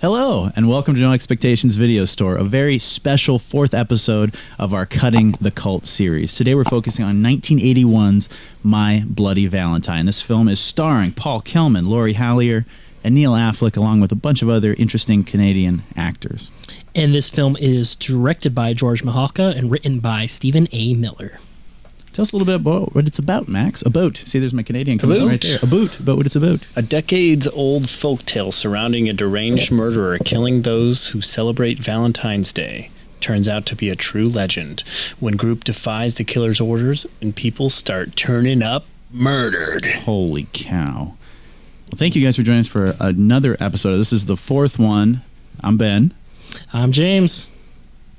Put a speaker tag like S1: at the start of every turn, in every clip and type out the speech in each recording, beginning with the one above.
S1: Hello, and welcome to No Expectations Video Store, a very special fourth episode of our Cutting the Cult series. Today we're focusing on 1981's My Bloody Valentine. This film is starring Paul Kelman, Laurie Hallier, and Neil Affleck, along with a bunch of other interesting Canadian actors.
S2: And this film is directed by George Mahalka and written by Stephen A. Miller.
S1: Tell us a little bit about what it's about, Max. A boat. See, there's my Canadian coming out right
S3: boat.
S1: there. A boot, about what it's about.
S3: A decades old folktale surrounding a deranged murderer killing those who celebrate Valentine's Day turns out to be a true legend when group defies the killer's orders and people start turning up murdered.
S1: Holy cow. Well, thank you guys for joining us for another episode. This is the fourth one. I'm Ben.
S2: I'm James.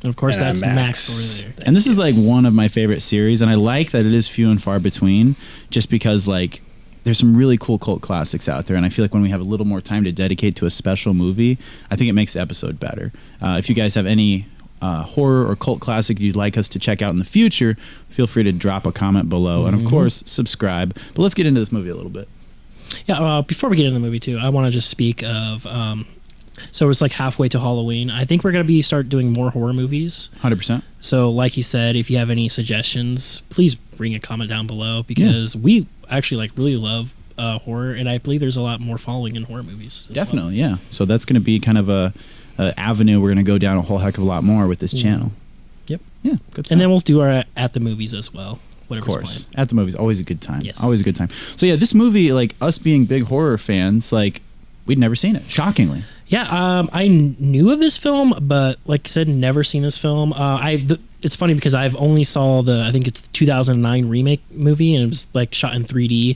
S2: And of course,
S3: And I'm
S2: that's Max.
S3: Max.
S2: over there.
S1: and this is like one of my favorite series and i like that it is few and far between just because like there's some really cool cult classics out there and i feel like when we have a little more time to dedicate to a special movie i think it makes the episode better uh, if you guys have any uh, horror or cult classic you'd like us to check out in the future feel free to drop a comment below and
S2: Mm-hmm.
S1: of course subscribe but let's get into this movie a little bit
S2: Yeah, well, before we get into the movie, too, I want to just speak of. Um, so it's like halfway to Halloween. I think we're going to be start doing more horror movies.
S1: 100%
S2: So, like he said, if you have any suggestions, please bring a comment down below because we actually like really love uh, horror, and I believe there's a lot more following in horror movies. as well.
S1: definitely yeah so that's going to be kind of a, a avenue we're going to go down a whole heck of a lot more with this channel
S2: Mm-hmm. Yep.
S1: yeah good stuff.
S2: And then we'll do our at the movies as well. Whatever's
S1: of course
S2: planned.
S1: at the movies always a good time
S2: Yes.
S1: always a good time so yeah this movie like us being big horror fans like we'd never seen it shockingly
S2: Yeah, um, I kn- knew of this film, but like I said, never seen this film. Uh, I the, it's funny because I've only saw the I think it's the 2009 remake movie, and it was like shot in 3D.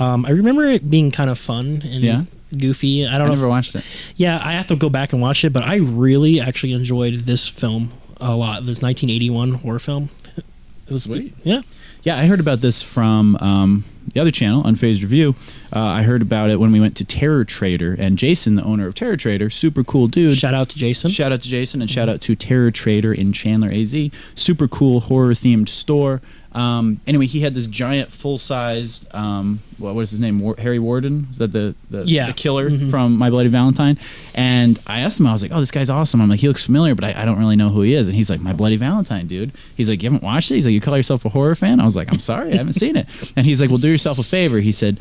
S2: Um, I remember it being kind of fun and
S1: Yeah.
S2: goofy. I
S1: i
S2: don't know. if-
S1: never watched it
S2: yeah, I have to go back and watch it, but I really actually enjoyed this film a lot. This 1981 horror film. It was
S1: Sweet.
S2: yeah.
S1: yeah i heard about this from um, the other channel unfazed review uh, i heard about it when we went to terror trader and jason the owner of terror trader super cool dude
S2: Shout out to Jason. Mm-hmm.
S1: Shout out to Jason and shout out to Terror Trader in Chandler, AZ. Super cool horror themed store. Um, anyway, he had this giant full sized um, what was his name? War- Harry Warden? Is that the the,
S2: Yeah. Mm-hmm.
S1: the killer from My Bloody Valentine? And I asked him, I was like, "Oh, this guy's awesome." I'm like, "He looks familiar, but I, I don't really know who he is." And he's like, "My Bloody Valentine, dude." He's like, "You haven't watched it?" He's like, "You call yourself a horror fan?" I was like, "I'm sorry, I haven't seen it." And he's like, "Well, do yourself a favor." He said,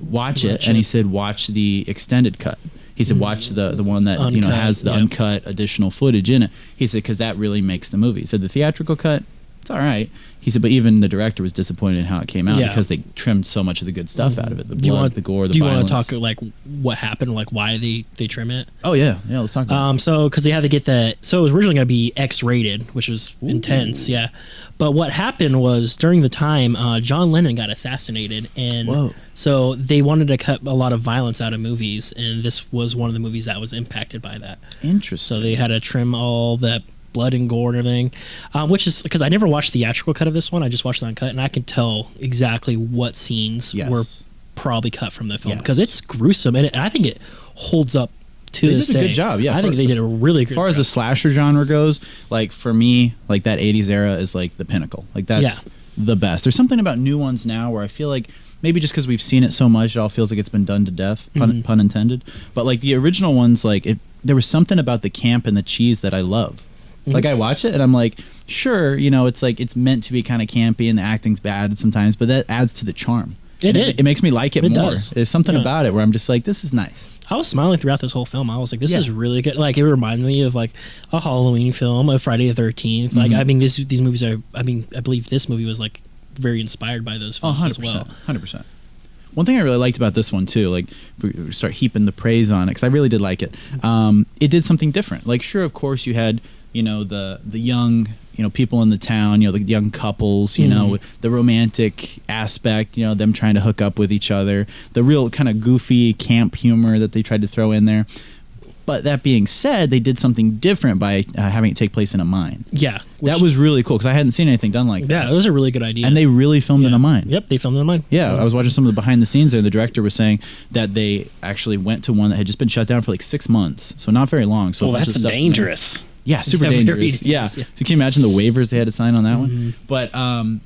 S1: "Watch it,"
S2: Watch
S1: and he
S2: it. Mm-hmm.
S1: said, "Watch the extended cut." He said, "Watch the the one that you know
S2: Uncut,
S1: has the
S2: yeah.
S1: uncut." cut additional footage in it. He said because that really makes the movie. So the theatrical cut, it's all right. He said, but even the director was disappointed in how it came out
S2: Yeah.
S1: because they trimmed so much of the good stuff out of it. The blood,
S2: Do you want
S1: the gore, the
S2: Do you
S1: violence.
S2: want to talk like what happened? Like why they they trim it?
S1: Oh yeah, yeah. Let's talk about.
S2: Um, so because they had to get that, so it was originally going to be X-rated, which was intense, yeah. But what happened was during the time uh, John Lennon got assassinated, and
S1: Whoa.
S2: so they wanted to cut a lot of violence out of movies, and this was one of the movies that was impacted by that.
S1: it. Interesting.
S2: So they had to trim all that blood and gore and everything, um, which is because I never watched the theatrical cut of this one. I just watched the uncut, and I can tell exactly what scenes
S1: Yes.
S2: were probably cut from the film
S1: Yes.
S2: because it's gruesome, and, it, and I think it holds up to
S1: They
S2: this
S1: did a
S2: day.
S1: good job, yeah,
S2: I think
S1: for-
S2: they did a really good.
S1: as far as the slasher genre goes, like for me, like that '80s era is like the pinnacle. Like that's
S2: Yeah.
S1: the best. There's something about new ones now where I feel like maybe just because we've seen it so much, it all feels like it's been done to death, pun,
S2: Mm-hmm.
S1: pun intended. But like the original ones, like it, there was something about the camp and the cheese that I love.
S2: Mm-hmm.
S1: Like I watch it and I'm like, sure, you know, it's like it's meant to be kind of campy and the acting's bad sometimes, but that adds to the charm. And
S2: It did.
S1: it makes me like it,
S2: It
S1: more.
S2: does.
S1: There's something
S2: Yeah.
S1: about it where I'm just like, this is nice.
S2: I was smiling throughout this whole film. I was like, "This
S1: Yeah.
S2: is really good." Like it reminded me of like a Halloween film, a Friday the Thirteenth. Like
S1: Mm-hmm.
S2: I mean, this, these movies are. I mean, I believe this movie was like very inspired by those films as well.
S1: Oh, Hundred percent. One thing I really liked about this one too, like if we start heaping the praise on it because I really did like it. Um, it did something different. Like, sure, of course, you had you know the the young you know people in the town, you know the young couples, you
S2: Mm-hmm.
S1: know the romantic aspect, you know them trying to hook up with each other, the real kind of goofy camp humor that they tried to throw in there. But that being said, they did something different by uh, having it take place in a mine.
S2: Yeah,
S1: that
S2: which-
S1: was really cool because I hadn't seen anything done like that,
S2: yeah, it was a really good idea.
S1: and they really filmed
S2: yeah.
S1: in a mine.
S2: Yep, they filmed in a mine.
S1: Yeah, I was watching some of the behind the scenes there. The director was saying that they actually went to one that had just been shut down for like six months, so not very long. So
S3: Well,
S1: a bunch
S3: that's
S1: of stuff-
S3: dangerous.
S1: Yeah, super
S2: Yeah, very
S1: dangerous.
S2: dangerous,
S1: Yeah.
S2: yeah.
S1: So can you imagine the waivers they had to sign on that one? But um,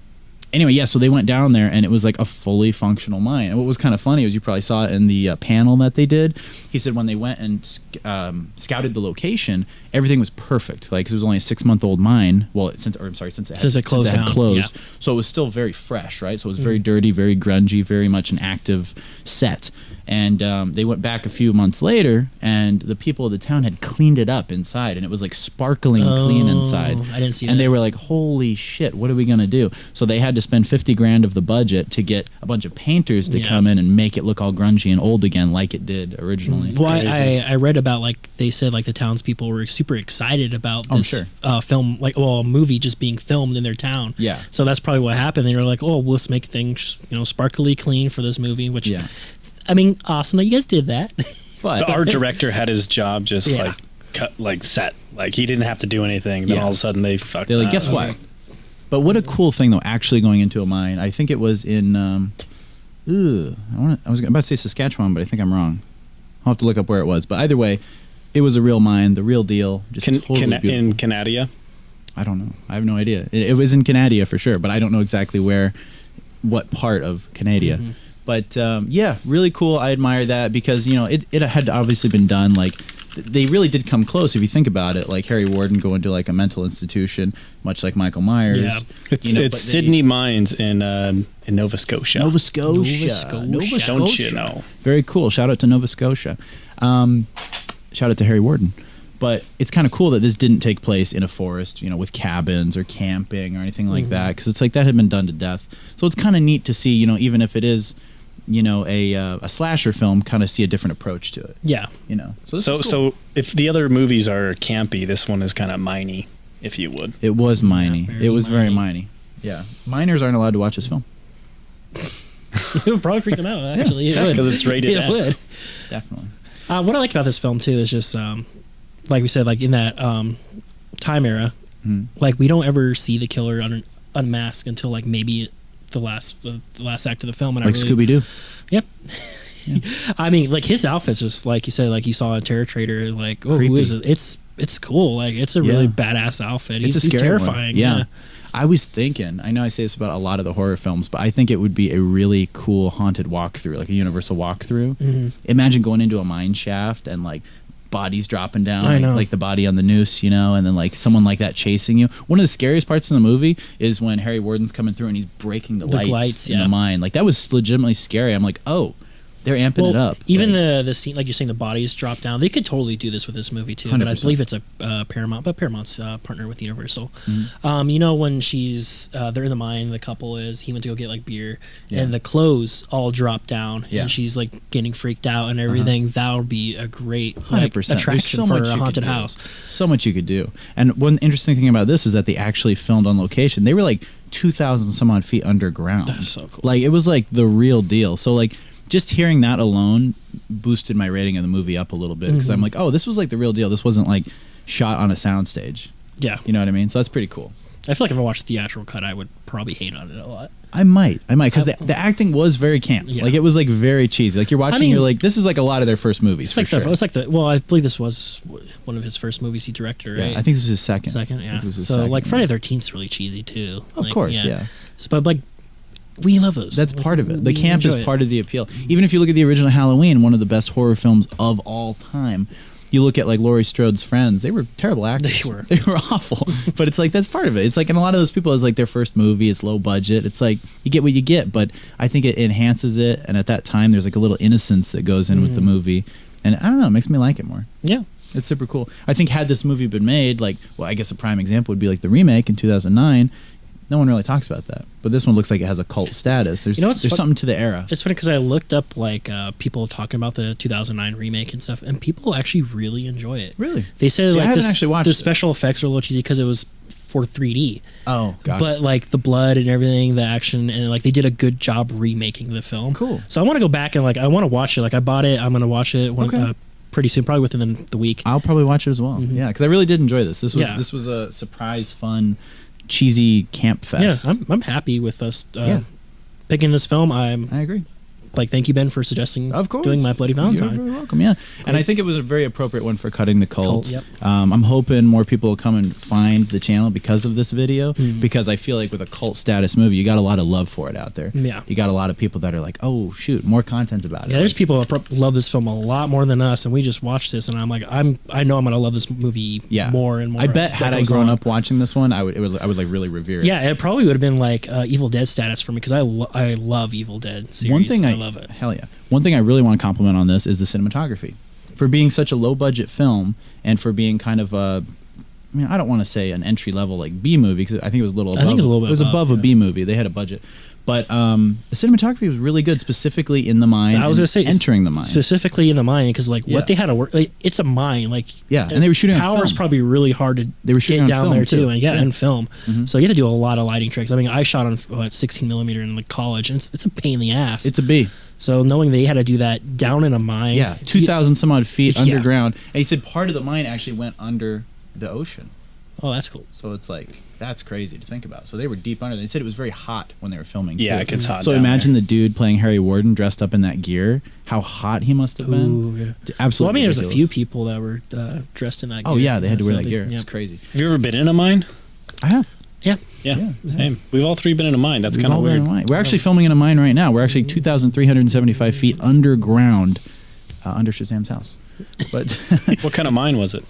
S1: anyway, yeah, so they went down there and it was like a fully functional mine. And what was kind of funny was you probably saw it in the uh, panel that they did. He said when they went and sc- um, scouted the location, everything was perfect. Like 'cause it was only a six month old mine. Well, it- since or I'm sorry, since it had,
S2: Since it closed
S1: had
S2: down,
S1: closed.
S2: yeah. Mm-hmm.
S1: so it was still very fresh, right? So it was very dirty, very grungy, very much an active set. And um, they went back a few months later, and the people of the town had cleaned it up inside, and it was like sparkling clean
S2: Oh,
S1: inside.
S2: I didn't see
S1: And
S2: that.
S1: they were like, "Holy shit! What are we gonna do?" So they had to spend fifty grand of the budget to get a bunch of painters to
S2: Yeah.
S1: come in and make it look all grungy and old again, like it did originally.
S2: Well, I, I, I read about like they said like the townspeople were super excited about
S1: Oh,
S2: this
S1: sure.
S2: uh, film, like well, a movie just being filmed in their town.
S1: Yeah.
S2: So that's probably what happened. They were like, oh, let's make things you know sparkly clean for this movie. Which,
S1: Yeah.
S2: I mean, awesome that you guys did that.
S1: But
S3: the art director had his job just
S2: Yeah.
S3: like cut like set like he didn't have to do anything then
S1: Yeah.
S3: all of a sudden they fucked
S1: they're like,
S3: up.
S1: "Guess what?" But what a cool thing though! Actually going into a mine. I think it was in. Um, ooh, I want. to I was about to say Saskatchewan, but I think I'm wrong. I'll have to look up where it was. But either way, it was a real mine, the real deal. Just
S3: Can,
S1: totally
S3: can,
S1: beautiful.
S3: in Canadia
S1: I don't know. I have no idea. It, it was in Canada for sure, but I don't know exactly where, what part of Canada. But um, yeah, really cool. I admire that because you know it, it had obviously been done. Like th- they really did come close if you think about it. Like Harry Warden going to like a mental institution, much like Michael Myers.
S2: Yeah.
S3: it's,
S1: You know,
S3: it's
S1: but they-
S3: Sydney Mines in uh, in Nova Scotia
S1: Nova Scotia.
S2: Nova Scotia.
S1: Nova
S2: Don't
S3: don't
S1: Scotia.
S3: you know
S1: Very cool. Shout out to Nova Scotia. Um, shout out to Harry Warden. But it's kind of cool that this didn't take place in a forest, you know, with cabins or camping or anything
S2: Mm-hmm.
S1: like that, because it's like that had been done to death. So it's kind of neat to see, you know, even if it is, you know, a uh, a slasher film, kind of see a different approach to it,
S2: yeah.
S1: you know. So this
S3: so
S1: is cool.
S3: so if the other movies are campy this one is kind of miney if you would
S1: it was miney.
S2: very
S1: it was very
S2: miney.
S1: miney. Yeah, minors aren't allowed to watch this film.
S2: it would probably freak them out. Actually, it would.
S3: 'cause it's rated
S2: It
S3: X.
S2: would.
S1: Definitely.
S2: Uh, what I like about this film too is just um, like we said, like in that um, time era,
S1: Mhm.
S2: like we don't ever see the killer un- unmask until like maybe the last the last act of the film. And
S1: Like
S2: I really,
S1: Scooby Doo.
S2: Yep. I mean, like his outfit's just like you said, like you saw a terror trader, like oh, who
S1: Creepy.
S2: is it? It's it's cool. Like it's a really
S1: Yeah.
S2: badass outfit. He's,
S1: It's a
S2: he's
S1: scary one.
S2: terrifying.
S1: Yeah. I was thinking, I know I say this about a lot of the horror films, but I think it would be a really cool haunted walkthrough, like a universal walkthrough.
S2: Mm-hmm.
S1: Imagine going into a mine shaft and like bodies dropping down,
S2: I
S1: like,
S2: know.
S1: like the body on the noose, you know, and then like someone like that chasing you. One of the scariest parts in the movie is when Harry Warden's coming through and he's breaking the,
S2: The
S1: lights,
S2: lights,
S1: in
S2: yeah.
S1: the mine. Like that was legitimately scary. I'm like, oh, they're amping it
S2: Well,
S1: up.
S2: even
S1: like,
S2: the the scene, like you're saying, the bodies drop down. They could totally do this with this movie too. But I
S1: 100%.
S2: believe it's a uh, Paramount, but Paramount's uh, partner with Universal.
S1: Mm-hmm.
S2: Um, you know when she's uh, they're in the mine, the couple is he went to go get like beer,
S1: Yeah.
S2: and the clothes all drop down,
S1: Yeah.
S2: and she's like getting freaked out and everything. That would be a great like,
S1: 100%. There's
S2: attraction
S1: so
S2: for
S1: much you
S2: a
S1: could
S2: haunted
S1: do.
S2: house.
S1: so much you could do. And one interesting thing about this is that they actually filmed on location. They were like two thousand some odd feet underground.
S2: That's so cool.
S1: Like it was like the real deal. So like just hearing that alone boosted my rating of the movie up a little bit because I'm
S2: Mm-hmm.
S1: like, oh, this was like the real deal. This wasn't like shot on a soundstage.
S2: Yeah,
S1: You know what I mean? So that's pretty cool.
S2: I feel like if I watched the theatrical cut, I would probably hate on it a lot.
S1: I might, I might, because
S2: I-
S1: the, the acting was very camp.
S2: Yeah.
S1: Like it was like very cheesy. Like you're watching,
S2: mean-
S1: you're like, this is like a lot of their first movies
S2: It's
S1: for
S2: like
S1: sure.
S2: the it's like the well, I believe this was w- one of his first movies he directed.
S1: yeah,
S2: Right?
S1: I think this was his second.
S2: second,
S1: I
S2: yeah.
S1: think it was his
S2: so
S1: second,
S2: like
S1: yeah.
S2: Friday Thirteenth's really cheesy too.
S1: Of
S2: Like,
S1: course, yeah.
S2: So, but like, we love those.
S1: That's
S2: Like,
S1: part of it. The
S2: we
S1: camp is
S2: enjoy it.
S1: part of the appeal. Even if you look at the original Halloween, one of the best horror films of all time, you look at like Laurie Strode's friends; they were terrible actors.
S2: They were.
S1: They were awful. but it's like that's part of it. It's like, and a lot of those people is like their first movie. It's low budget. It's like you get what you get. But I think it enhances it. And at that time, there's like a little innocence that goes in with the
S2: Mm.
S1: movie. And I don't know, it makes me like it more.
S2: Yeah.
S1: It's super cool. I think had this movie been made, like, well, I guess a prime example would be like the remake in 2009. No one really talks about that, but this one looks like it has a cult status. There's
S2: You know what's
S1: there's
S2: fun-
S1: something to the era.
S2: It's funny because I looked up like uh, people talking about the 2009 remake and stuff, and people actually really enjoy it.
S1: Really?
S2: They say
S1: See, I
S2: like
S1: haven't
S2: this,
S1: actually watched
S2: the
S1: it.
S2: special effects are a little cheesy because it was for 3D.
S1: Oh god.
S2: but like the blood and everything, the action, and like they did a good job remaking the film.
S1: Cool.
S2: So I want to go back and like I want to watch it. Like I bought it. I'm gonna watch it one,
S1: Okay.
S2: uh, pretty soon, probably within the, the week.
S1: I'll probably watch it as well. Yeah, because I really did enjoy this. This was
S2: Mm-hmm. Yeah.
S1: this was a surprise, fun, cheesy camp fest.
S2: Yeah, I'm, I'm happy with us uh,
S1: Yeah.
S2: picking this film. I'm
S1: I agree.
S2: like thank you Ben for suggesting
S1: Of course.
S2: doing my bloody Valentine.
S1: You're very welcome, yeah. And I think it was a very appropriate one for cutting the cult.
S2: Cult, yep.
S1: um, I'm hoping more people will come and find the channel because of this video,
S2: Hmm.
S1: because I feel like with a cult status movie, you got a lot of love for it out there.
S2: Yeah.
S1: You got a lot of people that are like, oh, shoot, more content about it.
S2: Yeah, there's
S1: Like,
S2: people that prob- love this film a lot more than us, and we just watched this, and I'm like, I'm I know I'm gonna love this movie
S1: yeah.
S2: more and more.
S1: I bet
S2: as
S1: had
S2: that
S1: I
S2: goes
S1: grown
S2: on.
S1: up watching this one, I would, it would I would like really revere it.
S2: Yeah, it probably would have been like uh, Evil Dead status for me because I lo- I love Evil Dead series.
S1: One thing I,
S2: love it.
S1: Hell yeah. One thing I really want to compliment on this is the cinematography. For being such a low budget film and for being kind of a I mean, I don't want to say an entry level like B movie because I think it was a little
S2: I
S1: above.
S2: think it was a little bit above,
S1: above a
S2: yeah.
S1: B movie. They had a budget. But um, the cinematography was really good, specifically in the mind.
S2: I was
S1: and
S2: gonna say
S1: entering the mind.
S2: specifically in the mine because like
S1: Yeah.
S2: what they had to work. Like, it's a mine, like
S1: Yeah, and they were shooting on
S2: Power is
S1: film.
S2: probably really hard to
S1: They were shooting
S2: get
S1: on
S2: down
S1: film,
S2: there
S1: too.
S2: and yeah,
S1: Yeah. Mm-hmm.
S2: and film. So you have to do a lot of lighting tricks. I mean, I shot on what 16 millimeter in the college, and it's, it's a pain in the ass.
S1: it's a B.
S2: so knowing they had to do that down in a mine,
S1: Yeah, two thousand some odd feet
S2: Yeah.
S1: underground. And he said part of the mine actually went under the ocean.
S2: Oh, that's cool.
S1: So it's like that's crazy to think about. So they were deep under. They said it was very hot when they were filming.
S3: Yeah,
S1: too.
S3: it gets hot
S1: So
S3: down
S1: imagine the dude playing Harry Warden dressed up in that gear. How hot he must have been.
S2: Ooh, yeah.
S1: D-
S2: Well, I
S1: Absolutely.
S2: mean, there's a
S1: ridiculous.
S2: few people that were uh, dressed in that.
S1: Oh
S2: gear.
S1: yeah, they had to wear
S2: So
S1: that
S2: they-
S1: gear.
S2: Yeah.
S1: It's crazy.
S3: Have you ever been in a mine?
S1: I have.
S2: yeah.
S3: Yeah,
S1: Yeah, yeah.
S3: same. We've all three been in a mine. That's
S1: We've
S3: kind of
S1: all been in
S3: weird.
S1: a mine. We're actually filming in a mine right now. We're actually 2,375 feet underground, uh, under Shazam's house. But uh,
S3: What kind of mine was it?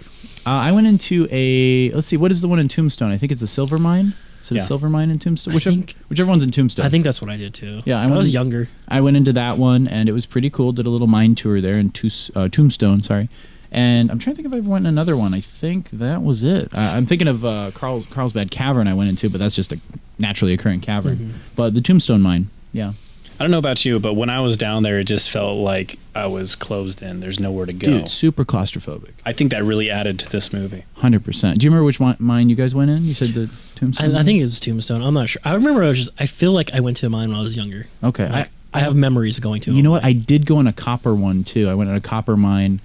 S1: I went into a let's see, what is the one in Tombstone? I think it's a silver mine. So
S3: Yeah.
S1: silver mine in Tombstone, whichever,
S2: think-
S1: whichever one's in Tombstone.
S2: I think that's what I did too.
S1: Yeah, I
S2: But I, was
S1: went-
S2: younger.
S1: I went into that one and it was pretty cool. Did a little mine tour there in Toos- uh, Tombstone, sorry. And I'm trying to think if I went in another one. I think that was it. Uh, I'm thinking of uh, Carl's, Carlsbad Cavern I went into, but that's just a naturally occurring cavern. But the Tombstone mine, yeah.
S3: I don't know about you, but when I was down there, it just felt like I was closed in. There's nowhere to go.
S1: Dude, super claustrophobic.
S3: I think that really added to this movie.
S1: 100%. Do you remember which one, mine you guys went in? You said the Tombstone?
S2: I, I
S1: mine?
S2: think it was Tombstone. I'm not sure. I remember I was just. I feel like I went to mine when I was younger.
S1: Okay.
S2: Like,
S1: I,
S2: I, have memories of going to.
S1: you know
S2: them.
S1: what? I did go in a copper one too. I went in a copper mine.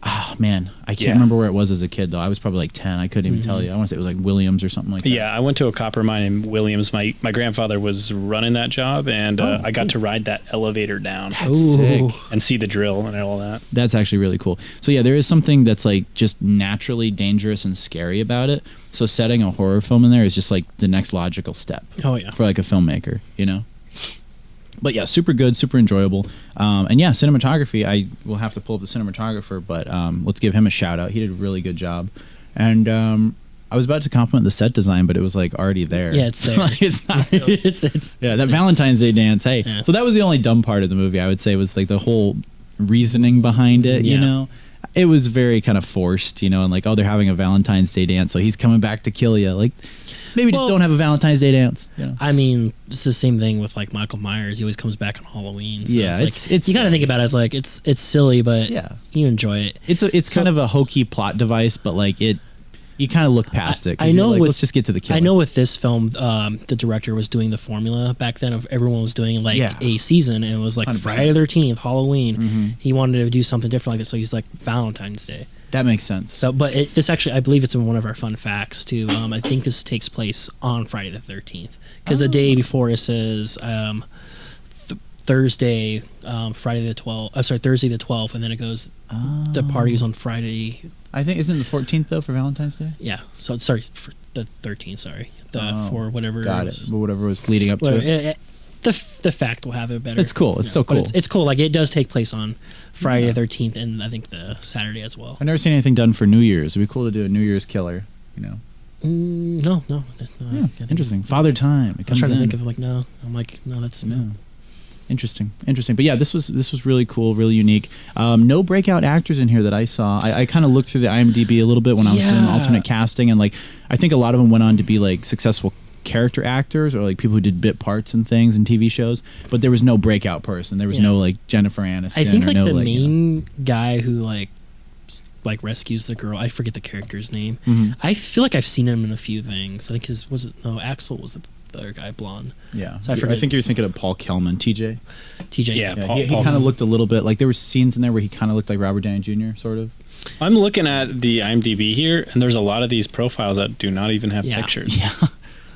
S1: Ah, man. I can't
S3: Yeah.
S1: remember where it was as a kid, though. I was probably like 10. I couldn't even tell you. I want to say it was like Williams or something like that.
S3: Yeah, I went to a copper mine in Williams. My my grandfather was running that job, and uh,
S1: Oh,
S3: I got
S1: cool.
S3: to ride that elevator down
S2: Ooh.
S1: sick.
S3: and see the drill and all that.
S1: That's actually really cool. So yeah, there is something that's like just naturally dangerous and scary about it. So setting a horror film in there is just like the next logical step
S2: Oh yeah.
S1: for like a filmmaker, you know. But yeah, super good, super enjoyable, um, and yeah, cinematography. I will have to pull up the cinematographer, but um, let's give him a shout out. He did a really good job, and um, I was about to compliment the set design, but it was like already there.
S2: Yeah, it's there.
S1: Like, it's not really
S2: it's it's
S1: yeah, that Valentine's Day dance. Hey,
S2: Yeah.
S1: so that was the only dumb part of the movie. I would say was like the whole reasoning behind it.
S2: Yeah.
S1: You know, it was very kind of forced. You know, and like oh, they're having a Valentine's Day dance, so he's coming back to kill you. Like maybe
S2: Well-
S1: just don't have a Valentine's Day dance. You know?
S2: I mean, it's the same thing with like Michael Myers. He always comes back on Halloween. So
S1: Yeah,
S2: it's, like,
S1: it's- it's
S2: you got to
S1: silly.
S2: think about it. It's like it's it's silly, but
S1: Yeah.
S2: you enjoy it.
S1: It's a, it's
S2: So-
S1: kind of a hokey plot device, but like it, you kind of look past it. 'cause
S2: I
S1: you're
S2: know
S1: Like,
S2: with-
S1: let's just get to the kill.
S2: I know with this film, um, the director was doing the formula back then of everyone was doing like
S1: Yeah. Mm-hmm.
S2: a season, and it was like
S1: 100%.
S2: Friday the Thirteenth, Halloween. He wanted to do something different like that, so he's like Valentine's Day.
S1: that makes sense.
S2: So, but it, this actually, I believe it's in one of our fun facts too. Um, I think this takes place on Friday the thirteenth because the
S1: Oh.
S2: day before it says um, th- Thursday, um, Friday the twelfth. I'm sorry, Thursday the twelfth, and then it goes the
S1: Ah. Oh.
S2: party's on Friday.
S1: I think isn't it the 14th though for Valentine's Day.
S2: Yeah, so it's sorry for the thirteenth. Sorry, the
S1: Oh,
S2: for whatever.
S1: Got it.
S2: was-
S1: But whatever was leading up to
S2: whatever.
S1: it.
S2: It- it- the f- the fact will have it better.
S1: It's cool. It's
S2: Yeah,
S1: still
S2: but It's,
S1: cool.
S2: it's cool. Like it does take place on Friday the thirteenth, and I think the Saturday as well.
S1: I've never seen anything done for New Year's. It'd be cool to do a New Year's killer. You know.
S2: Mm, no, no, that's not- I
S1: Yeah,
S2: think-
S1: Hmm, interesting. Father Time. It
S2: I was
S1: comes
S2: trying
S1: in.
S2: to think of like no. I'm like no, that's
S1: no. Interesting, interesting. But yeah, this was this was really cool, really unique. Um, no breakout actors in here that I saw. I, I kind of looked through the IMDb a little bit when I was doing
S2: Yeah.
S1: alternate casting, and like I think a lot of them went on to be like successful character actors or like people who did bit parts and things in TV shows. But there was no breakout person. There was
S2: Yeah.
S1: no like Jennifer Aniston.
S2: I think
S1: or
S2: like
S1: no,
S2: the
S1: you know-
S2: main guy who like s- like rescues the girl. I forget the character's name.
S1: Mhm.
S2: I feel like I've seen him in a few things. I think his was it no Axel was the the other guy blonde
S1: Yeah,
S2: So I
S1: I,
S2: forget-
S1: think you're thinking of Paul Kelman, TJ.
S2: TJ.
S3: Yeah.
S1: Yeah,
S3: Paul-
S1: he, he
S3: Paul
S1: kind of
S3: Kelman.
S1: looked a little bit like there were scenes in there where he kind of looked like Robert Downey Jr. Sort of.
S3: I'm looking at the IMDb here, and there's a lot of these profiles that do not even have
S2: Yeah. Mm-hmm.
S3: pictures.
S1: Yeah.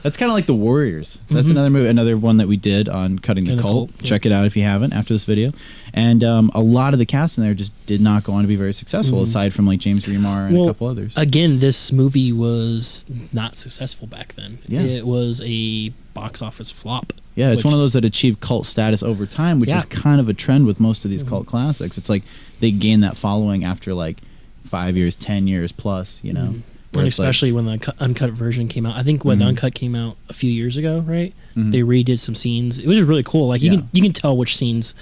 S1: That's kind of like the Warriors. That's another movie, another one that we did on cutting the
S2: Cutting the
S1: cult.
S2: Cult, yeah.
S1: Check it out if you haven't after this video. And um, a lot of the cast in there just did not go on to be very successful, aside from like James Remar and
S2: Mm-hmm. Well,
S1: a couple others.
S2: Again, this movie was not successful back then.
S1: Yeah.
S2: It was a box office flop.
S1: Yeah, it's
S2: which
S1: one of
S2: is-
S1: those that achieve cult status over time, which
S2: Yeah. Mm-hmm.
S1: is kind of a trend with most of these cult classics. It's like they gain that following after like five years, ten years plus, you know. where
S2: Mm-hmm. And
S1: it's like- Mm-hmm.
S2: especially when the cu- uncut version came out. I think when the uncut came out a few years ago, right? They redid some scenes. It was just really cool. Like you
S1: Yeah.
S2: can you can tell which scenes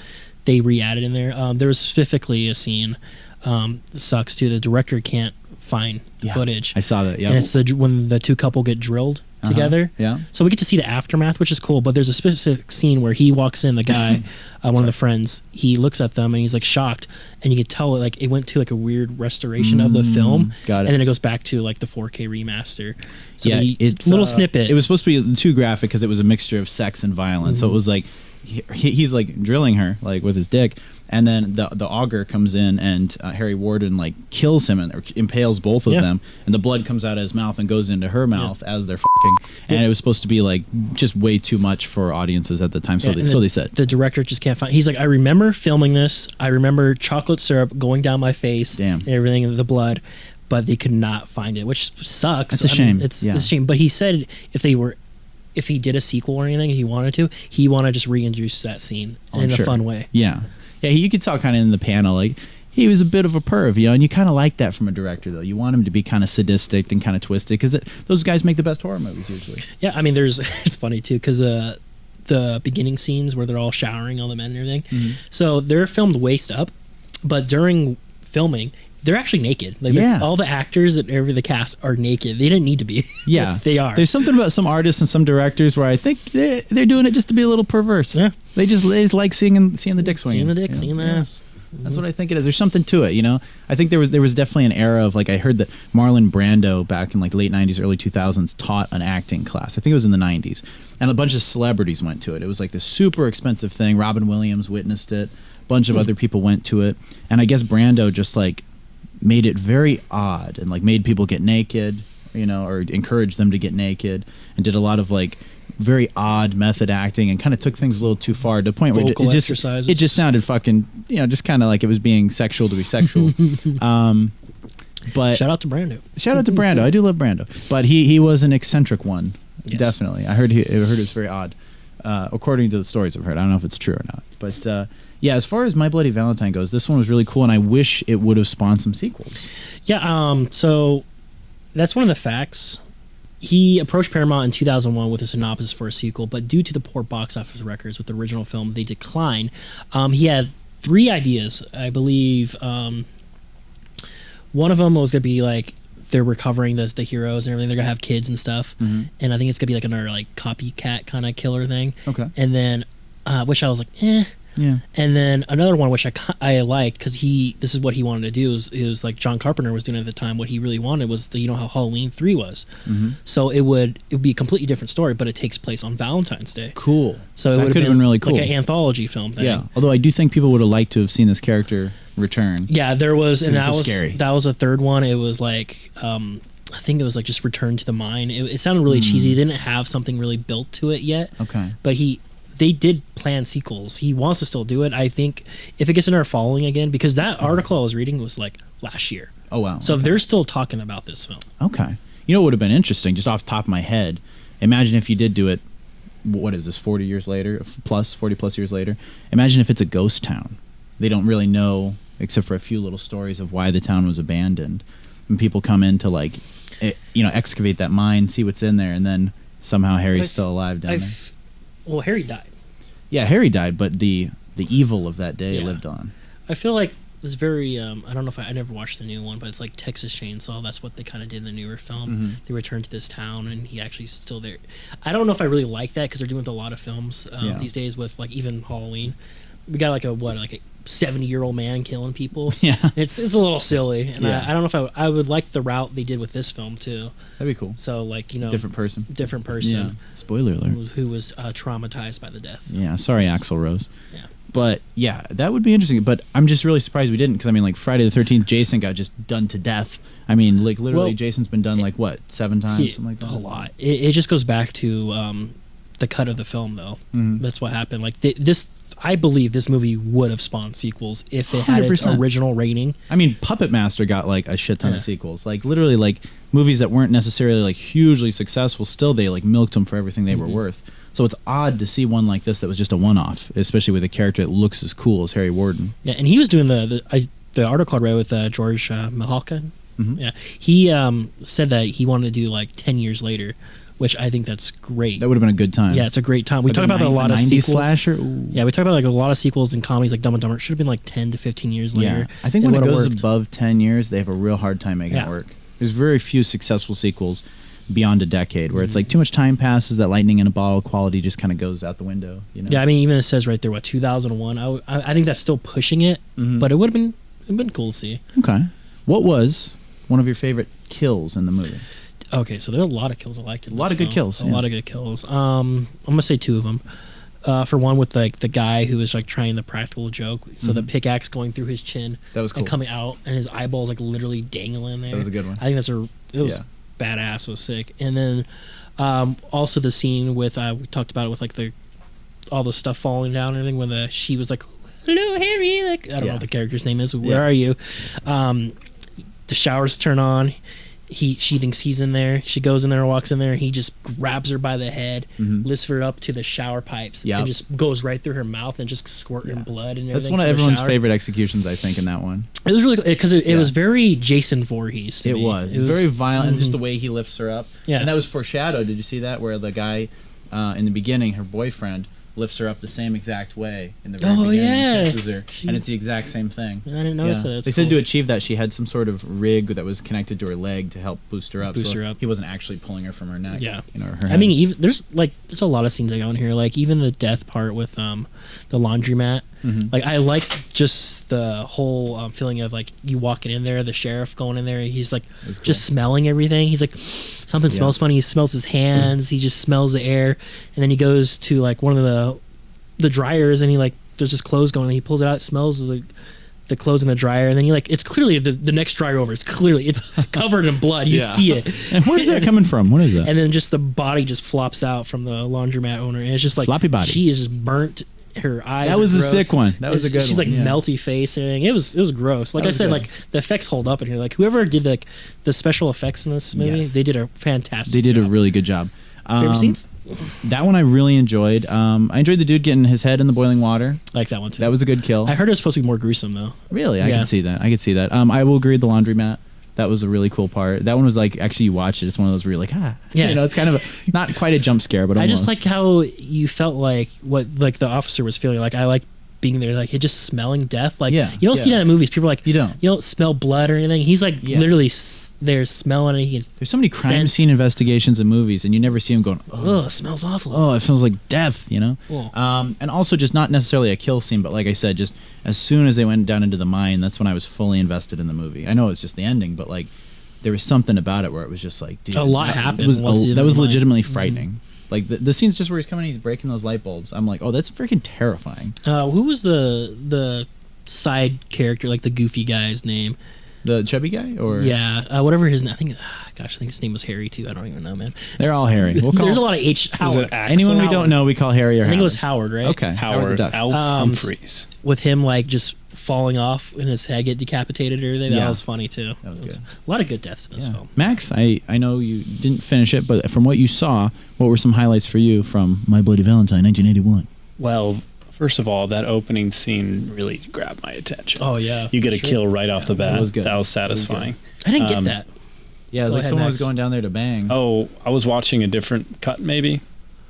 S2: they re-added in there. Um, there was specifically a scene. Um, sucks too. The director can't find the
S1: Yeah,
S2: footage,
S1: I saw that. Yeah,
S2: and it's the when the two couple get drilled
S1: Uh-huh,
S2: together.
S1: Yeah.
S2: So we get to see the aftermath, which is cool. But there's a specific scene where he walks in, the guy, uh, one of the friends, he looks at them and he's like shocked, and you can tell like it went to like a weird restoration of the film,
S1: Mm, got it.
S2: and then it goes back to like the 4K remaster. So
S1: yeah,
S2: the
S1: it's,
S2: little
S1: uh,
S2: snippet.
S1: It was supposed to be too graphic because it was a mixture of sex and violence.
S2: Mm-hmm.
S1: So it was like he, he- he's like drilling her like with his dick, and then the the auger comes in and uh, Harry Warden like kills him and or impales both of
S2: Yeah.
S1: them, and the blood comes out of his mouth and goes into her mouth as they're fucking. And it was supposed to be like just way too much for audiences at the time. So
S2: Yeah,
S1: they
S2: and
S1: so
S2: the,
S1: they said.
S2: the director just can't find. He's like, I remember filming this. I remember chocolate syrup going down my face,
S1: Damn.
S2: and everything in the blood, but they could not find it, which sucks.
S1: That's a
S2: I
S1: shame.
S2: it's,
S1: Yeah.
S2: it's a shame. But he said if they were, if he did a sequel or anything, if he wanted to, he wanted to just reintroduce that scene
S1: Oh,
S2: in
S1: I'm
S2: a
S1: sure.
S2: fun way.
S1: Yeah, yeah. You could tell kind of in the panel like he was a bit of a perv, you know, and you kind of like that from a director though. You want him to be kind of sadistic and kind of twisted because those guys make the best horror movies usually.
S2: Yeah, I mean, there's it's funny too because uh, the beginning scenes where they're all showering all the men and everything,
S1: Mm-hmm.
S2: so they're filmed waist up, but during filming. They're actually naked. Like they're-
S1: Yeah.
S2: all the actors and every the cast are naked. They didn't need to be. but
S1: Yeah,
S2: they are.
S1: There's something about some artists and some directors where I think they're, they're doing it just to be a little perverse.
S2: Yeah.
S1: they just, they just like seeing seeing the dick swing.
S2: seeing the dick, seeing the ass.
S1: That's what I think it is. There's something to it, you know. I think there was there was definitely an era of like I heard that Marlon Brando back in like late '90s, early 2000s taught an acting class. I think it was in the '90s, and a bunch of celebrities went to it. It was like this super expensive thing. Robin Williams witnessed it. A bunch
S2: Hmm.
S1: of other people went to it, and I guess Brando just like made it very odd and like made people get naked, you know, or encouraged them to get naked, and did a lot of like very odd method acting and kind of took things a little too far to the point where it,
S2: Vocal
S1: it just
S2: exercises.
S1: it just sounded fucking you know just kind of like it was being sexual to be sexual. um, but
S2: Shout out to Brando.
S1: Shout out to Brando. I do love Brando, but he he was an eccentric one,
S2: Yes.
S1: definitely. I heard he I heard it was very odd, uh, according to the stories I've heard. I don't know if it's true or not, but uh, yeah, as far as My Bloody Valentine goes, this one was really cool, and I wish it would have spawned some sequels.
S2: Yeah. Um. So that's one of the facts. He approached Paramount in 2001 with a synopsis for a sequel, but due to the poor box office records with the original film, they declined. Um, he had three ideas, I believe. Um, one of them was going to be like they're recovering the, the heroes and everything. They're going to have kids and stuff, and I think it's going to be like another like copycat kind of killer thing.
S1: Okay.
S2: And then, uh, which I was like, eh.
S1: Yeah.
S2: And then another one which I, ki- I liked because he this is what he wanted to do is it was like John Carpenter was doing at the time. What he really wanted was the, you know how Halloween three was,
S1: Mm-hmm.
S2: so it would it would be a completely different story, but it takes place on Valentine's Day.
S1: Cool.
S2: So it
S1: that
S2: would
S1: could have been, really cool.
S2: like an anthology film thing.
S1: yeah. Although I do think people would have liked to have seen this character return.
S2: Yeah, there was, and
S1: It was
S2: that
S1: so
S2: was
S1: scary.
S2: that was a third one. It was like, um, I think it was like just Return to the Mine. It, it sounded really cheesy. They didn't have something really built to it yet.
S1: Mm. Okay.
S2: but he they did plan sequels. He wants to still do it. I think if it gets into our following again, because that article I was reading was like last year,
S1: Oh wow.
S2: so
S1: okay.
S2: they're still talking about this film.
S1: Okay. You know what would have been interesting, just off the top of my head? Imagine if you did do it, what is this, 40 years later, f- plus, 40 plus years later? Imagine if it's a ghost town. They don't really know, except for a few little stories of why the town was abandoned. And people come in to, like, e- you know, excavate that mine, see what's in there, and then somehow Harry's
S2: I've-
S1: still alive down there.
S2: I've, well, Harry died.
S1: Yeah, Harry died, but the, the evil of that day
S2: Yeah.
S1: lived on.
S2: I feel like it's very. Um, I don't know if I, I never watched the new one, but it's like Texas Chainsaw. That's what they kind of did in the newer film.
S1: Mm-hmm.
S2: They returned to this town, and he actually is still there. I don't know if I really like that because they're doing it with a lot of films um,
S1: Yeah.
S2: these days with like even Halloween. we got like a what like a seventy year old man killing people.
S1: Yeah.
S2: It's it's a little silly, and
S1: Yeah.
S2: I, I don't know if I would, I would like the route they did with this film too.
S1: That'd be cool.
S2: So like you know
S1: Different person.
S2: different person
S1: Yeah. Spoiler
S2: who
S1: alert.
S2: was, who was uh, traumatized by the death.
S1: Yeah. Sorry, Axel Rose.
S2: Yeah.
S1: But yeah, that would be interesting. But I'm just really surprised we didn't because I mean, like Friday the 13th, Jason got just done to death. I mean, like literally,
S2: Well-
S1: Jason's been done like what seven times,
S2: Yeah,
S1: something like that.
S2: a lot. It, it just goes back to um, the cut of the film, though.
S1: Mhm.
S2: That's what happened. Like th- this, I believe this movie would have spawned sequels if it had its
S1: 100%.
S2: original rating.
S1: I mean, Puppet Master got like a shit ton
S2: Yeah.
S1: of sequels. Like literally, like movies that weren't necessarily like hugely successful. Still, they like milked them for everything they were
S2: Mm-hmm.
S1: worth. So it's odd to see one like this that was just a one-off, especially with a character that looks as cool as Harry Warden.
S2: Yeah, and he was doing the the, I, the article I read with uh, George uh, Mihalka.
S1: Mhm.
S2: Yeah, he um, said that he wanted to do like ten years later, which I think that's great.
S1: That would have been a good time.
S2: yeah, it's a great time. We
S1: But
S2: talk
S1: the
S2: about that a
S1: nin-
S2: lot
S1: the
S2: of
S1: 90s
S2: sequels.
S1: slasher. Ooh.
S2: Yeah, we talk about like a lot of sequels and comedies like Dumb and Dumber. It should have been like ten to fifteen years later.
S1: I think when it
S2: would've
S1: goes
S2: worked.
S1: above 10 years, they have a real hard time making
S2: Yeah.
S1: it work. There's very few successful sequels beyond a decade where it's
S2: Mm-hmm.
S1: like too much time passes, that lightning in a bottle quality just kind of goes out the window. You know?
S2: Yeah, I mean, even it says right there what 2001. I, w- I- I think that's still pushing it,
S1: Mm-hmm.
S2: but it would have been it'd been cool to see.
S1: Okay. What was one of your favorite kills in the movie?
S2: Okay, so there are a lot of kills I liked. In
S1: A lot
S2: this
S1: of good
S2: film.
S1: kills,
S2: A
S1: yeah.
S2: lot of good kills. Um, I'm gonna say two of them. Uh, for one with like the guy who was like trying the practical joke, so the
S1: Mm-hmm.
S2: pickaxe going through his chin
S1: That was
S2: and
S1: cool.
S2: coming out, and his eyeballs like literally dangling there.
S1: was a good one.
S2: I think that's a it was
S1: Yeah.
S2: badass. It was sick. And then um, also the scene with uh, we talked about it with like the all the stuff falling down and everything when the she was like hello harry like i don't know
S1: Yeah.
S2: what the character's name is where
S1: Yeah.
S2: are you um the showers turn on he she thinks he's in there she goes in there walks in there and he just grabs her by the head
S1: Mm-hmm.
S2: lifts her up to the shower pipes
S1: Yep.
S2: and just goes right through her mouth and just squirting blood and everything
S1: That's one of
S2: from the
S1: everyone's
S2: shower.
S1: favorite executions, I think, in that one.
S2: it was really because it, it
S1: Yeah.
S2: was very jason Voorhees. to
S1: It
S2: me. Mm-hmm.
S1: was. very violent, and just the way he lifts her up.
S2: Yeah.
S1: And that was foreshadowed. Did you see that? Where the guy uh, in the beginning, her boyfriend, lifts her up the same exact way in the very
S2: Oh,
S1: beginning and
S2: yeah.
S1: kisses her, and it's the exact same thing.
S2: I didn't notice that. That's
S1: they said to
S2: cool.
S1: achieve that, she had some sort of rig that was connected to her leg to help boost her up.
S2: Boost
S1: so
S2: her up.
S1: He wasn't actually pulling her from her neck.
S2: Yeah.
S1: You know, or her
S2: I mean,
S1: head.
S2: even there's like there's a lot of scenes I go in here. Like even the death part with um the laundromat.
S1: Mm-hmm.
S2: Like I like just the whole um, feeling of like you walking in there, the sheriff going in there. He's like
S1: was cool.
S2: just smelling everything. He's like something
S1: Yeah.
S2: smells funny. He smells his hands. he just smells the air, and then he goes to like one of the the dryers, and he like there's just clothes going. and He pulls it out, it smells the the clothes in the dryer, and then you like it's clearly the, the next dryer over. It's clearly it's covered in blood. You
S1: Yeah.
S2: see it.
S1: and where is that coming from? What is that?
S2: and then just the body just flops out from the laundromat owner, and it's just like
S1: Floppy body.
S2: She is just burnt. Her eyes.
S1: That
S2: are
S1: was a
S2: gross.
S1: sick one. That was
S2: It's-
S1: a good
S2: She's
S1: one,
S2: like
S1: yeah.
S2: melty face and everything. It was it was gross. Like
S1: That
S2: I
S1: was
S2: said,
S1: good.
S2: like the effects hold up in here. Like whoever did like the special effects in this movie,
S1: Yes.
S2: they did a fantastic.
S1: they did a
S2: job.
S1: really good job. Um,
S2: favorite scenes.
S1: That one I really enjoyed. Um, I enjoyed the dude getting his head in the boiling water.
S2: I like that one too.
S1: That was a good kill.
S2: I heard it was supposed to be more gruesome though.
S1: Really, I
S2: Yeah.
S1: can see that. I can see that. Um, I will agree. The laundromat. That was a really cool part. That one was like actually you watch it. It's one of those where you're like ah
S2: Yeah.
S1: You know, it's kind of a, not quite a jump scare, but
S2: I just
S1: almost.
S2: like how you felt like what like the officer was feeling. Like I like being there, like it just smelling death. Like
S1: Yeah,
S2: you don't see
S1: yeah.
S2: that in movies. People are like
S1: You don't.
S2: you don't smell blood or anything. He's like
S1: Yeah.
S2: literally s- there smelling it. He's
S1: there's so many crime
S2: sense-
S1: scene investigations and movies, and you never see them going oh
S2: oh, it smells awful.
S1: oh it feels like death. You know.
S2: Cool.
S1: Um, and also just not necessarily a kill scene, but like I said, just as soon as they went down into the mine, that's when I was fully invested in the movie. I know it's just the ending, but like there was something about it where it was just like dude,
S2: A lot
S1: that
S2: happened
S1: Was
S2: once you
S1: that was
S2: went in.
S1: legitimately frightening. Like the, the scenes just where he's coming and he's breaking those light bulbs. I'm like, oh, that's freaking terrifying.
S2: Uh, who was the the side character, like the goofy guy's name?
S1: The chubby guy, or
S2: Yeah, uh, whatever his name. I think. ah, gosh, I think his name was Harry too. I don't even know, man.
S1: they're all hairy. We'll call
S2: There's a lot of H. Howard.
S3: Axel?
S1: anyone we
S2: Howard.
S1: don't know. We call Harry or
S2: I think it was
S1: Howard.
S2: Howard, right?
S1: okay. the
S3: Howard,
S1: Duck.
S3: Alf
S2: Um,
S3: Humphreys.
S2: With him like just falling off and his head get decapitated or everything. That
S1: Yeah.
S2: was funny too.
S1: That was
S2: It
S1: good.
S2: A lot of good deaths in this
S1: Yeah.
S2: film.
S1: Max, I, I know you didn't finish it, but from what you saw, what were some highlights for you from My Bloody Valentine, 1981?
S3: Well, first of all, that opening scene really grabbed my attention.
S2: Oh yeah,
S3: you get a
S2: Sure.
S3: kill right off the bat.
S1: that was good.
S3: That was
S1: That was good.
S3: satisfying.
S2: I didn't get
S3: Um,
S2: that.
S1: Yeah, it was
S2: Go
S1: like
S2: ahead,
S1: someone
S2: Max.
S1: was going down there to bang.
S3: Oh, I was watching a different cut, maybe.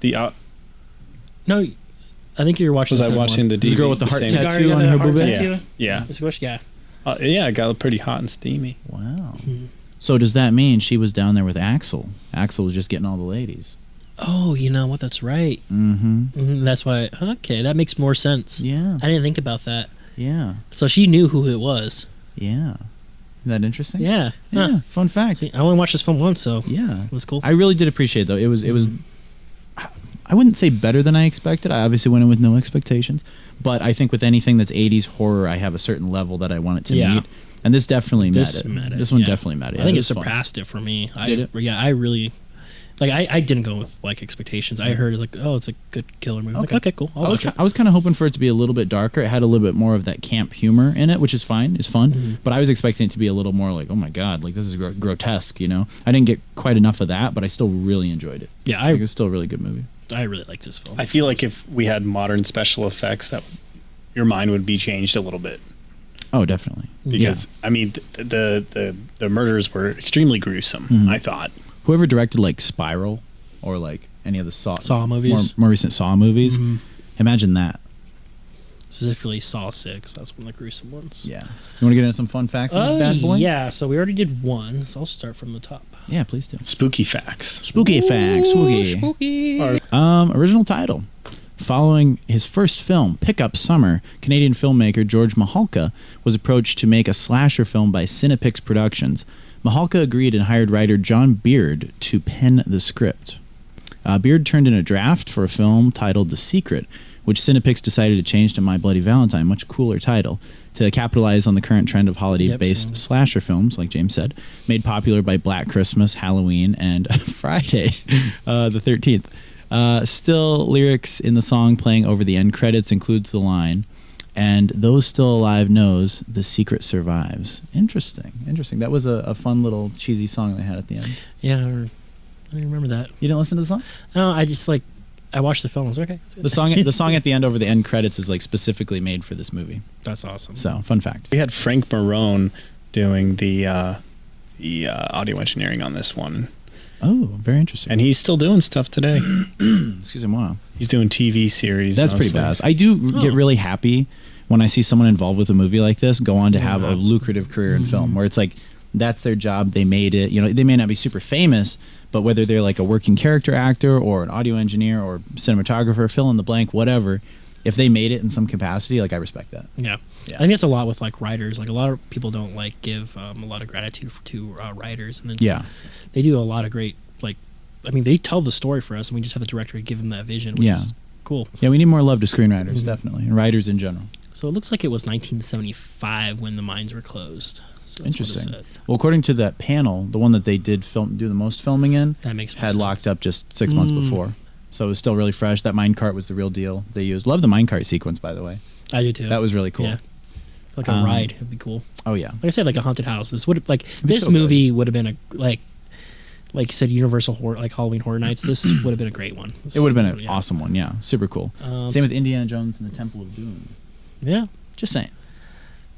S3: The uh,
S2: No, I think you were watching.
S3: was
S2: the
S3: I
S2: same
S3: watching
S2: one.
S3: the,
S1: The
S3: DV,
S1: girl with the heart
S3: same-
S1: tattoo
S2: guy who got
S1: on
S2: the
S1: her
S2: heart
S1: boob?
S2: tattoo?
S3: Yeah. Yeah.
S2: It's a question- yeah.
S3: Uh, yeah, it got pretty hot and steamy.
S1: Wow. So does that mean she was down there with Axel? Axel was just getting all the ladies.
S2: oh, you know what? That's right.
S1: Mm-hmm.
S2: Mhm, That's why. Okay, that makes more sense.
S1: Yeah.
S2: I didn't think about that.
S1: Yeah.
S2: So she knew who it was.
S1: Yeah. Isn't that interesting?
S2: Yeah.
S1: Yeah.
S2: Huh.
S1: Fun fact.
S2: I only watched this film once, so
S1: Yeah.
S2: it was cool.
S1: I really did appreciate it, though. It was it was I wouldn't say better than I expected. I obviously went in with no expectations, but I think with anything that's 80s horror, I have a certain level that I want it to
S2: Yeah.
S1: meet. And this definitely met
S2: This
S1: it.
S2: met it,
S1: This one
S2: yeah.
S1: definitely met it.
S2: I think it
S1: was fun.
S2: surpassed it for me. I,
S1: Did it?
S2: Yeah, I really like. I, I didn't go with like expectations. I heard like, oh, it's a good killer movie.
S1: Okay.
S2: Okay, like, okay cool. I'll
S1: I was,
S2: watch
S1: ki-
S2: it.
S1: I was kind of hoping for it to be a little bit darker. It had a little bit more of that camp humor in it, which is fine. It's fun.
S2: Mm-hmm.
S1: But I was expecting it to be a little more like, oh my God, like this is gr- grotesque, you know? I didn't get quite enough of that, but I still really enjoyed it.
S2: Yeah,
S1: Like, it
S2: I
S1: was still a really good movie.
S2: I really liked this film.
S3: I feel like if we had modern special effects, that your mind would be changed a little bit
S1: Oh, definitely.
S3: because I mean th- the the the murders were extremely gruesome.
S1: Mm-hmm.
S3: I thought
S1: Yeah. Whoever directed like Spiral or like any of the Saw,
S2: Saw movies. Mm-hmm.
S1: more, more recent Saw movies, imagine that.
S2: specifically Saw Six. That's one of the gruesome ones.
S1: Yeah. You want to get into some fun facts on
S2: Oh,
S1: this bad boy?
S2: yeah. So we already did one. So I'll start from the top.
S1: Yeah, please do.
S3: spooky facts.
S1: Spooky facts. Spooky.
S2: Spooky.
S3: Or-
S1: Um, original title. Following his first film, Pick Up Summer, Canadian filmmaker George Mahalka was approached to make a slasher film by Cinepix Productions. Mahalka agreed and hired writer John Beard to pen the script. Uh, Beard turned in a draft for a film titled The Secret, which Cinepix decided to change to My Bloody Valentine, much cooler title, to capitalize on the current trend of holiday-based
S2: Yep, so-
S1: slasher films, like James said, made popular by Black Christmas, Halloween, and Friday, uh, the 13th. Uh, still, lyrics in the song playing over the end credits includes the line, and those still alive knows the secret survives. Interesting, interesting. That was a, a fun little cheesy song they had at the end.
S2: Yeah. I don't- I don't remember that.
S1: You didn't listen to the song?
S2: No, Oh, I just like I watched the film. I was like, okay. That's, good.
S1: The song, the song at the end over the end credits is like specifically made for this movie.
S2: that's awesome.
S1: So, fun fact.
S3: We had Frank Marone doing the uh, the uh, audio engineering on this one,
S1: Oh, very interesting. Mm,
S3: and he's still doing stuff today.
S1: Excuse me, wow.
S3: He's doing TV series.
S1: That's pretty badass.
S3: mostly.
S1: I do
S2: Oh.
S1: get really happy when I see someone involved with a movie like this go on to have a
S2: Yeah.
S1: lucrative career in film, where it's like that's their job. They made it. You know, they may not be super famous, but whether they're like a working character actor or an audio engineer or cinematographer, fill in the blank, whatever, if they made it in some capacity, like I respect that.
S2: Yeah.
S1: Yeah.
S2: I think that's a lot with like writers. Like a lot of people don't like give um, a lot of gratitude for, to uh, writers, and then
S1: Yeah.
S2: they do a lot of great like. I mean, they tell the story for us, and we just have the director give them that vision, which
S1: Yeah.
S2: is cool.
S1: Yeah, we need more love to screenwriters, definitely, and writers in general.
S2: So it looks like it was 1975 when the mines were closed. So that's what it
S1: Interesting.
S2: said.
S1: Well, according to that panel, the one that they did film do the most filming in
S2: That makes more
S1: had
S2: sense.
S1: locked up just six months
S2: Mm.
S1: before, so it was still really fresh. That mine cart was the real deal. They used love the mine cart sequence, by the way.
S2: I do too.
S1: That was really cool.
S2: Yeah. like a
S1: Um,
S2: ride. It'd be cool.
S1: Oh yeah,
S2: Like I said, like a haunted house. This would like
S1: be
S2: this
S1: so good.
S2: movie would have been a like. Like you said, Universal horror, like Halloween Horror Nights. This would have been a great one. This-
S1: it would have been an
S2: yeah.
S1: awesome one. Yeah, super cool.
S2: Um,
S1: Same with Indiana Jones and the Temple of Doom.
S2: yeah.
S1: Just saying.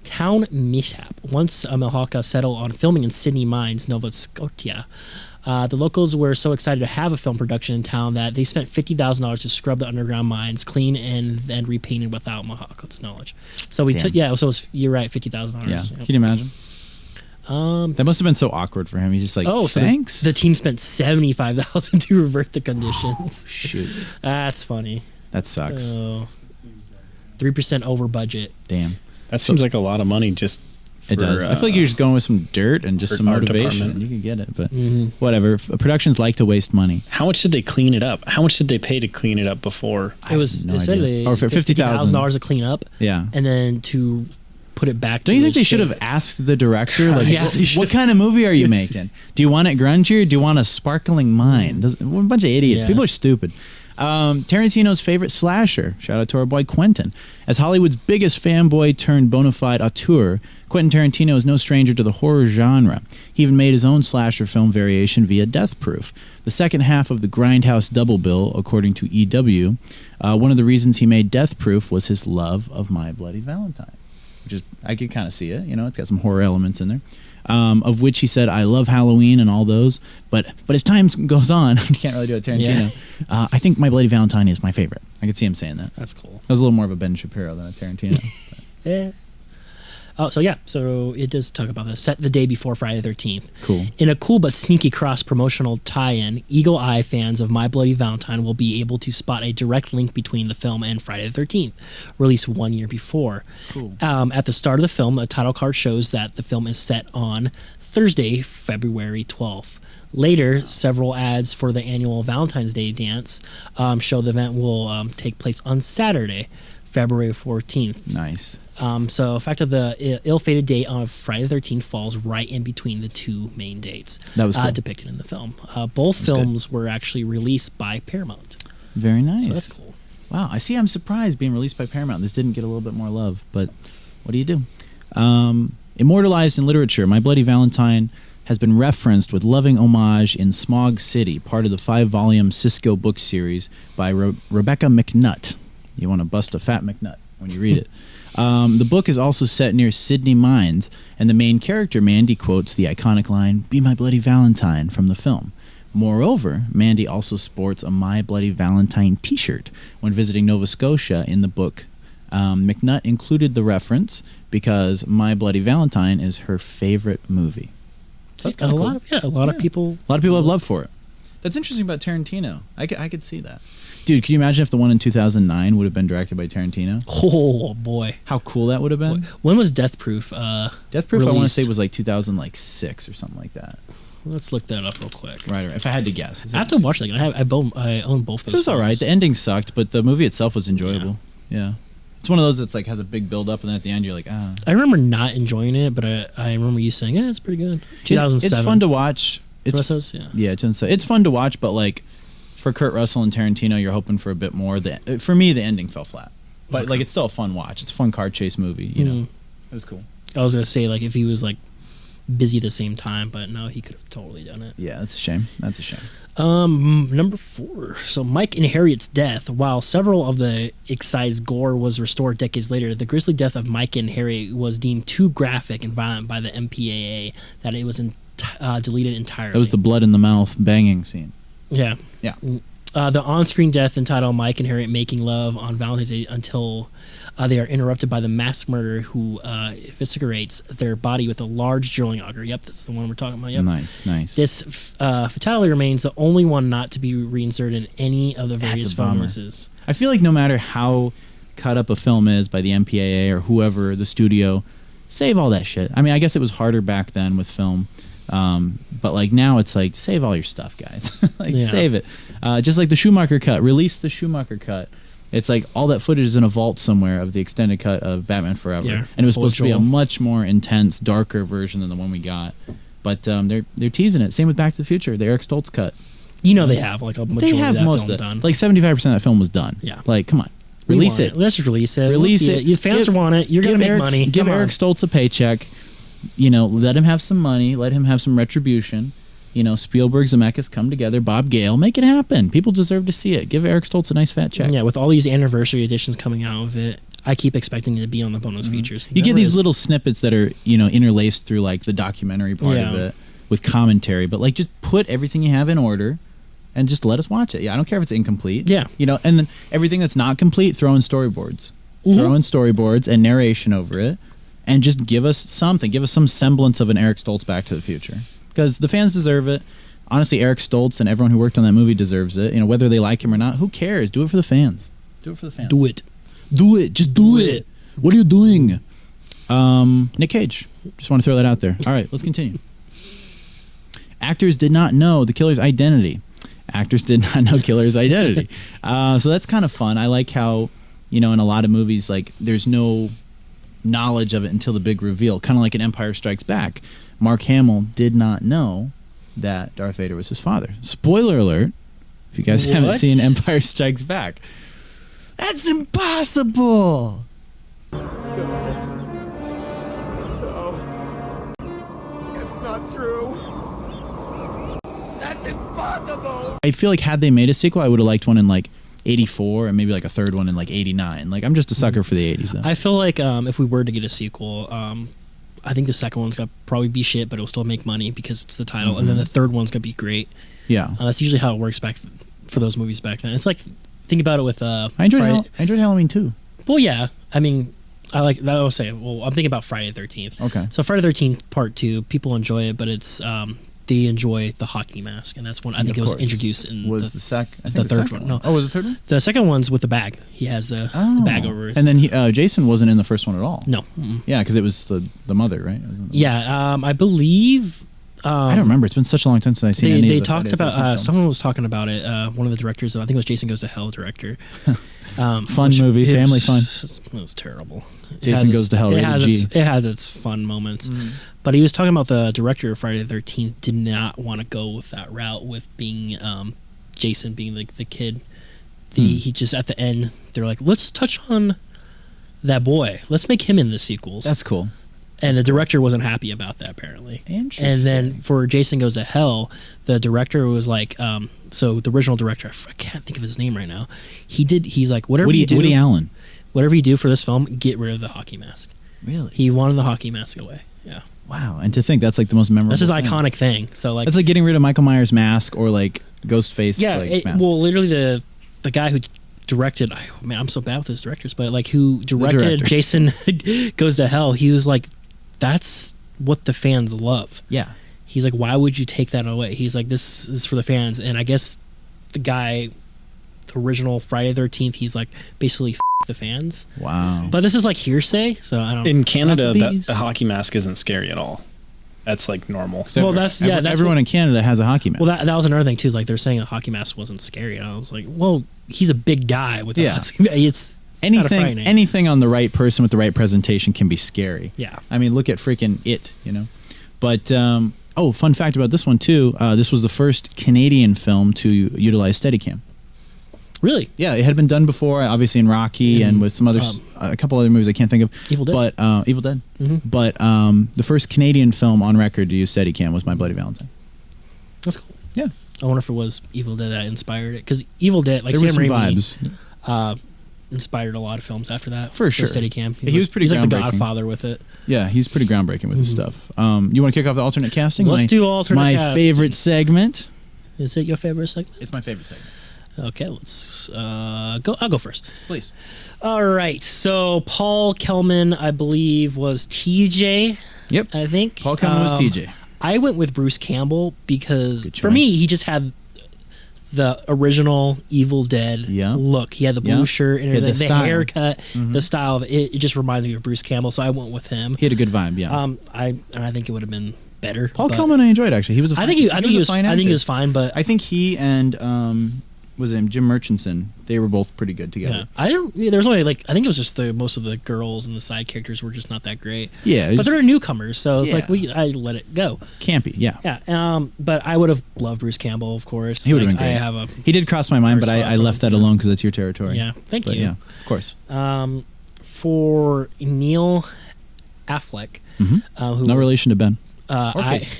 S2: town mishap. Once a Mahalka settled on filming in Sydney Mines, Nova Scotia. Uh, the locals were so excited to have a film production in town that they spent fifty thousand dollars to scrub the underground mines clean and then repainted without Mahaka's knowledge. So we
S1: Damn.
S2: took yeah. So it's, you're right, fifty thousand
S1: Yeah,
S2: dollars.
S1: can you imagine?
S2: Um.
S1: That must have been so awkward for him. He's just like,
S2: Oh,
S1: oh,
S2: so
S1: thanks.
S2: The, the team spent seventy five thousand to revert the conditions.
S1: Shoot,
S2: That's funny.
S1: that sucks.
S2: Three percent over budget.
S1: Damn,
S3: that seems like a lot of money. Just
S1: it
S3: for,
S1: does. I feel like
S3: uh,
S1: you're just going with some dirt and just
S3: for
S1: some
S3: art
S1: motivation.
S3: department.
S1: You can get it, but
S2: Mm. Mm-hmm.
S1: whatever. F- Productions like to waste money.
S3: How much did they clean it up? How much did they pay to clean it up before?
S2: It was
S1: no
S2: it said
S1: idea.
S2: they
S1: Or for $50,000.
S2: dollars to clean up.
S1: Yeah.
S2: and then to put it back.
S1: Don't
S2: to
S1: you think
S2: the
S1: they should
S2: shape.
S1: have asked the director, like,
S2: Yes, they
S1: what, what kind of movie are you making? Do you want it grungy or do you want a sparkling mind? Does, we're a bunch of idiots.
S2: Yeah.
S1: People are stupid. Um, Tarantino's favorite slasher. Shout out to our boy Quentin. As Hollywood's biggest fanboy turned bona fide auteur, Quentin Tarantino is no stranger to the horror genre. He even made his own slasher film variation via Death Proof, the second half of the Grindhouse double bill, according to EW. Uh, one of the reasons he made Death Proof was his love of My Bloody Valentine which is I could kind of see it. You know, it's got some horror elements in there. Um, of which he said, "I love Halloween and all those, but but as time goes on, I can't really do it, Tarantino. Uh, I think My Bloody Valentine is my favorite. I could see him saying that.
S2: That's cool.
S1: That was a little more of a Ben Shapiro than a Tarantino.
S2: Yeah. Oh, so yeah, so it does talk about this. Set the day before Friday the 13th.
S1: Cool.
S2: In a cool but sneaky cross promotional tie in, Eagle Eye fans of My Bloody Valentine will be able to spot a direct link between the film and Friday the 13th, released one year before.
S1: Cool.
S2: Um, at the start of the film, a title card shows that the film is set on Thursday, February 12th. Later, several ads for the annual Valentine's Day dance um, show the event will um, take place on Saturday, February 14th.
S1: Nice.
S2: Um, so, fact of the i- ill-fated date on Friday the 13th falls right in between the two main dates
S1: That was
S2: uh,
S1: cool.
S2: depicted in the film. Uh, both
S1: good.
S2: films were actually released by Paramount,
S1: Very nice.
S2: so that's cool.
S1: Wow, I see. I'm surprised being released by Paramount. This didn't get a little bit more love, but what do you do? Um, immortalized in literature, My Bloody Valentine has been referenced with loving homage in Smog City, part of the five-volume Cisco book series by Re- Rebecca McNutt. You want to bust a fat McNutt when you read it. Um, the book is also set near Sydney Mines, and the main character Mandy quotes the iconic line "Be my bloody Valentine" from the film. Moreover, Mandy also sports a My Bloody Valentine t shirt when visiting Nova Scotia in the book. Um, McNutt included the reference because My Bloody Valentine is her favorite movie.
S2: So
S1: That's
S2: a
S1: kinda
S2: lot
S1: cool.
S2: of yeah, a lot of
S1: Yeah.
S2: people.
S1: A lot of people have love for it. That's interesting about Tarantino. I could, I could see that. Dude, can you imagine if the one in 2009 would have been directed by Tarantino?
S2: Oh boy,
S1: How cool that would have been.
S2: when was Death Proof? Uh,
S1: Death Proof, I want to
S2: Released.
S1: say, was like 2006 or something like that.
S2: let's look that up real quick.
S1: Right, right. If I had to guess.
S2: I have to watch that. again. I have I, bo- I own both those.
S1: It was all right. The
S2: films.
S1: ending sucked, but the movie itself was enjoyable. Yeah. It's one of those that's like has a big build up and then at the end you're like, ah.
S2: I remember not enjoying it, but I, I remember you saying, "Yeah, it's pretty good." Two thousand
S1: It-
S2: seven.
S1: It's fun to watch. It's
S2: It's, yeah.
S1: yeah, 2007. It's fun to watch, but like for Kurt Russell and Tarantino, you're hoping for a bit more. The for me, the ending fell flat. But
S2: Okay.
S1: like it's still a fun watch. It's a fun car chase movie, you know.
S2: Mhm.
S1: It was cool.
S2: I was gonna say like if he was like busy the same time, but no, he could have totally done it.
S1: Yeah, that's a shame. That's a shame.
S2: Um, number four. So Mike and Harriet's death. While several of the excised gore was restored decades later, the grisly death of Mike and Harriet was deemed too graphic and violent by the MPAA that it was in, uh, deleted entirely.
S1: That was the blood in the mouth banging scene.
S2: yeah.
S1: Yeah.
S2: Uh, the on-screen death entitled Mike and Harriet Making Love on Valentine's Day until uh, they are interrupted by the masked murderer who uh, eviscerates their body with a large drilling auger. Yep, that's the one we're talking about. Yep.
S1: Nice, nice.
S2: This f- uh, fatality remains the only one not to be reinserted in any of the
S1: That's
S2: various
S1: a bummer.
S2: film releases.
S1: I feel like no matter how cut up a film is by the MPAA or whoever the studio, save all that shit. I mean, I guess it was harder back then with film, um, but like now it's like save all your stuff, guys. like
S2: Yeah.
S1: save it. Uh, just like the Schumacher cut, release the Schumacher cut. It's like all that footage is in a vault somewhere of the extended cut of Batman Forever,
S2: Yeah.
S1: and it was
S2: Old
S1: supposed to
S2: Joel.
S1: be a much more intense, darker version than the one we got. But um, they're they're teasing it. Same with Back to the Future, the Eric Stoltz cut
S2: You know they have like a majority
S1: they have
S2: of that
S1: most
S2: film
S1: of it.
S2: done.
S1: Like seventy five percent of that film was done.
S2: Yeah.
S1: Like, come on,
S2: We
S1: release
S2: want
S1: it.
S2: Let's just release it.
S1: Release
S2: We'll see
S1: it.
S2: Your fans
S1: Give-
S2: want it. You're gonna
S1: give
S2: make
S1: Eric,
S2: money.
S1: Give
S2: Come
S1: Eric
S2: on.
S1: Stoltz a paycheck. You know, let him have some money. Let him have some retribution. You know, Spielberg, Zemeckis come together. Bob Gale, make it happen. People deserve to see it. Give Eric Stoltz a nice fat check.
S2: Yeah, with all these anniversary editions coming out of it, I keep expecting it to be on the bonus features.
S1: Mm-hmm. You get
S2: Never
S1: these
S2: is.
S1: little snippets that are you know interlaced through like the documentary part of
S2: Yeah.
S1: it with commentary, but like just put everything you have in order and just let us watch it. Yeah, I don't care if it's incomplete.
S2: Yeah.
S1: you know, and then everything that's not complete, throw in storyboards,
S2: Mhm.
S1: throw in storyboards and narration over it, and just give us something, give us some semblance of an Eric Stoltz Back to the Future because the fans deserve it. Honestly, Eric Stoltz and everyone who worked on that movie deserves it. You know, whether they like him or not, who cares? Do it for the fans. Do it for the fans.
S2: do it.
S1: Do it. Just do it. What are you doing? Um, Nick Cage. Just want to throw that out there. All right, let's continue. Actors did not know the killer's identity. Actors did not know killer's identity. Uh, so that's kind of fun. I like how, you know, in a lot of movies, like there's no knowledge of it until the big reveal. Kind of like in Empire Strikes Back, Mark Hamill did not know that Darth Vader was his father. Spoiler alert! If you guys haven't
S3: What?
S1: seen Empire Strikes Back, that's impossible.
S4: It's not true. That's impossible.
S1: I feel like had they made a sequel, I would have liked one in like '84 and maybe like a third one in like '89. Like I'm just a sucker for the '80s though.
S2: I feel like um, if we were to get a sequel, um, I think the second one's gonna probably be shit, but it'll still make money because it's the title, and then
S1: Mm-hmm.
S2: the third one's gonna be great.
S1: yeah,
S2: Uh, that's usually how it works back th- for those movies back then. It's like think about it with uh,
S1: I enjoyed.
S2: Friday-
S1: Hall- I enjoyed Halloween too.
S2: Well, yeah. I mean, I like that. I'll say. Well, I'm thinking about Friday the 13th.
S1: Okay.
S2: So Friday the 13th, part two. People enjoy it, but it's um they enjoy the hockey mask, and that's one I think
S1: Of
S2: it was
S1: course.
S2: introduced in
S1: was
S2: the,
S1: the, sec- I think
S2: the third
S1: second
S2: one, no.
S1: Oh, was the third one?
S2: the second one's with the bag. He has the,
S1: Oh.
S2: the bag over his
S1: And then he, uh, Jason wasn't in the first one at all.
S2: no. Mm-mm.
S1: Yeah, because it was the the mother, right? Wasn't it?
S2: Yeah, um, I believe. Um,
S1: I don't remember. It's been such a long time since I've seen
S2: They,
S1: any
S2: they
S1: of the
S2: talked
S1: Friday
S2: about
S1: 13th
S2: uh,
S1: films.
S2: someone was talking about it. Uh, one of the directors, I think it was Jason Goes to Hell director. Um,
S1: Fun
S2: which-
S1: movie,
S2: it
S1: family
S2: was-
S1: fun.
S2: It was terrible. It
S1: Jason
S2: has its-
S1: Goes to Hell,
S2: It
S1: rated
S2: has,
S1: G. Mm.
S2: its, it has its fun moments, but he was talking about the director of Friday the Thirteenth did not want to go with that route with being um, Jason being the the kid. The
S1: Hmm.
S2: he just at the end they're like, let's touch on that boy. Let's make him in the sequels.
S1: That's cool.
S2: and the director wasn't happy about that apparently.
S1: Interesting.
S2: And then for Jason Goes to Hell, the director was like, um, so the original director, I f- I can't think of his name right now. He did. He's like, whatever
S1: Woody,
S2: you do,
S1: Woody Allen.
S2: whatever you do for this film, get rid of the hockey mask.
S1: Really?
S2: He wanted the hockey mask away. Yeah,
S1: wow. And to think that's like the most memorable.
S2: that's his
S1: thing.
S2: iconic thing. So like,
S1: Mm-hmm. That's like getting rid of Michael Myers' mask or like Ghostface.
S2: yeah.
S1: like,
S2: it-
S1: mask.
S2: well, literally the the guy who directed. I, man, I'm so bad with those directors, but like who directed
S1: director.
S2: Jason Goes to Hell? He was like, that's what the fans love.
S1: yeah.
S2: he's like, why would you take that away? He's like, this is for the fans. And I guess the guy, the original Friday Thirteenth, he's like, basically F- the fans.
S1: Wow.
S2: But this is like hearsay, so I don't.
S3: In Canada, that,
S1: Applebee's.
S3: the hockey mask isn't scary at all. That's like normal.
S1: So
S2: well, that's- yeah, that's
S1: everyone
S2: what-
S1: in Canada has a hockey mask.
S2: well, that that was another thing too. Is like they're saying the hockey mask wasn't scary, and I was like, well, he's a big guy with
S1: Yeah.
S2: yeah. it's, it's kinda
S1: anything,
S2: frightening.
S1: anything on the right person with the right presentation can be scary.
S2: yeah.
S1: I mean, look at freaking it, you know. But um, oh, fun fact about this one too. Uh, this was the first Canadian film to utilize Steadicam.
S2: Really?
S1: Yeah, it had been done before, obviously in Rocky and with some other, s a couple other movies I can't think of.
S2: um, Evil Dead.
S1: but uh, Evil Dead.
S2: Mhm.
S1: But um, the first Canadian film on record to use Steadicam was My Bloody Valentine.
S2: That's cool.
S1: Yeah,
S2: I wonder if it was Evil Dead that inspired it, because Evil Dead, like
S1: there were
S2: Sam
S1: some
S2: Raimi,
S1: vibes.
S2: uh, inspired a lot of films after that.
S1: For sure.
S2: Steadicam.
S1: He was pretty
S2: He's like the
S1: groundbreaking.
S2: Godfather with it.
S1: Yeah, he's pretty groundbreaking with his stuff. Um, you want to kick off the alternate casting?
S2: Mm-hmm. Let's
S1: My-
S2: do alternate
S1: My
S2: cast.
S1: favorite segment.
S2: Is it your favorite segment?
S1: It's my favorite segment.
S2: Okay, let's uh, go. I'll go first.
S1: Please.
S2: All right. So Paul Kelman, I believe, was TJ.
S1: Yep.
S2: I think
S1: Paul Kelman was
S2: Um,
S1: TJ.
S2: I went with Bruce Campbell because
S1: Good
S2: for me
S1: choice.
S2: he just had the original Evil Dead
S1: Yeah.
S2: look. He had the blue
S1: Yeah.
S2: shirt and
S1: He had
S2: the,
S1: the
S2: the
S1: style. Mm-hmm.
S2: haircut, the style. Of it, it just reminded me of Bruce Campbell, so I went with him.
S1: He had a good vibe. Yeah.
S2: Um, I and I think it would have been better.
S1: Paul
S2: but-
S1: Kelman, I enjoyed actually. He was. A
S2: I
S1: fine-
S2: think he, I think he was.
S1: a fine
S2: I think
S1: actor.
S2: he was fine, but
S1: I think he and um, was him Jim Murchison. They were both pretty good
S2: Yeah,
S1: together.
S2: I don't. Yeah, there was only like I think it was just the most of the girls and the side characters were just not that great.
S1: Yeah, it
S2: but
S1: was
S2: they're newcomers, so it's like
S1: Yeah.
S2: we I let it go.
S1: campy. Yeah.
S2: Yeah, um, but I would have loved Bruce Campbell, of course.
S1: He would have
S2: Like,
S1: been great.
S2: I have a
S1: He did cross my mind, but
S2: Or
S1: I, I
S2: Sodom,
S1: left that
S2: yeah.
S1: alone because that's your territory.
S2: yeah. Thank
S1: But
S2: you.
S1: yeah, of course.
S2: Um, for Neil Affleck,
S1: Mhm.
S2: uh, who
S1: No
S2: was-
S1: relation to Ben.
S2: Uh,
S1: Or
S2: I,
S1: Jason.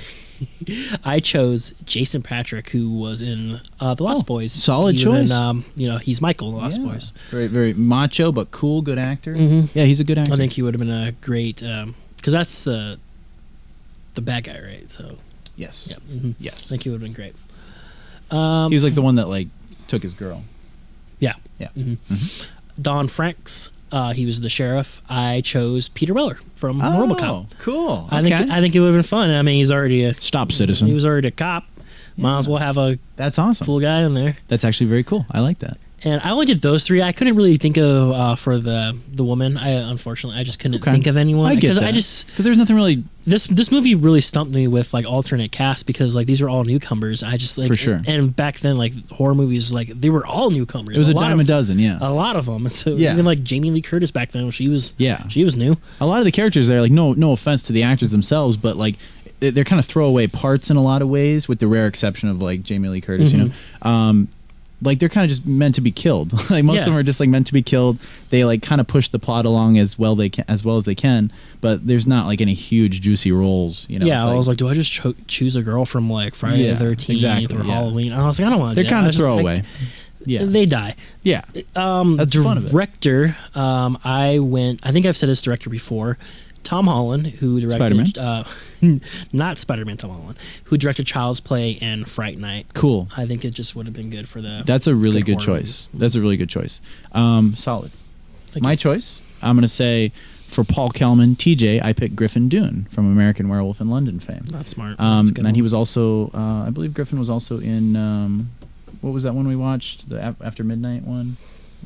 S2: I chose Jason Patrick, who was in uh, The
S1: Oh,
S2: Lost Boys.
S1: solid
S2: Even,
S1: choice.
S2: Um, you know, he's Michael in The Lost
S1: Yeah.
S2: Boys.
S1: Very, very macho, but cool, good actor.
S2: Mhm.
S1: Yeah, he's a good actor.
S2: I think he would have been a great because that's uh, the bad guy, right? So
S1: Yes.
S2: yeah, mhm. I
S1: Yes.
S2: think he would have been great. Um, Mm-hmm.
S1: He was like the one that like took his girl.
S2: yeah,
S1: Yeah.
S2: Don Franks. Uh, he was the sheriff. I chose Peter Weller from RoboCop.
S1: Oh, cool.
S2: I think I think it would have been fun. I mean, he's already a
S1: Stop,
S2: he
S1: citizen.
S2: was already a cop. Might as well have a
S1: That's awesome.
S2: cool guy in there.
S1: That's actually very cool. I like that.
S2: And I only did those three. I couldn't really think of uh, for the the woman. I unfortunately I just couldn't
S1: Okay.
S2: think of anyone
S1: I get
S2: because
S1: that.
S2: I just
S1: because there's nothing really.
S2: this this movie really stumped me with like alternate cast because like these were all newcomers. I just like
S1: For sure.
S2: And back then, like horror movies, like they were all newcomers.
S1: It was a,
S2: lot
S1: dime a
S2: of,
S1: dozen. Yeah.
S2: a lot of them. And so
S1: Yeah.
S2: even like Jamie Lee Curtis back then, she was
S1: Yeah.
S2: she was new.
S1: a lot of the characters there, like no, no offense to the actors themselves, but like they- they're kind of throwaway parts in a lot of ways, with the rare exception of like Jamie Lee Curtis. You know, um, like they're kind of just meant to be killed. like most
S2: Mm-hmm. Yeah.
S1: of them are just like meant to be killed. They like kind of push the plot along as well they can, as well as they can. But there's not like any huge juicy roles. You know,
S2: yeah,
S1: It's
S2: I was like, do I just cho- choose a girl from like Friday
S1: Yeah,
S2: the Thirteenth
S1: exactly,
S2: or
S1: yeah.
S2: Halloween? I was like, I don't want.
S1: they're kind of throwaway.
S2: Like,
S1: yeah,
S2: They die.
S1: yeah.
S2: Um,
S1: That's the fun of it.
S2: director. Um, I went. I think I've said this director before. Tom Holland, who directed Uh, not Spider-Man, Tom Holland, who directed Child's Play and Fright Night.
S1: Cool.
S2: I think it just would have been good for the.
S1: That's a really good,
S2: horror
S1: choice.
S2: movies.
S1: That's a really good choice. Um, solid.
S2: Thank
S1: My
S2: you.
S1: choice. I'm gonna say for Paul Kelman, TJ, I picked Griffin Dune from American Werewolf in London fame.
S2: That's smart.
S1: Um,
S2: That's a good
S1: and then he
S2: one.
S1: was also, uh, I believe Griffin was also in, um, what was that one we watched? The Af- After Midnight one?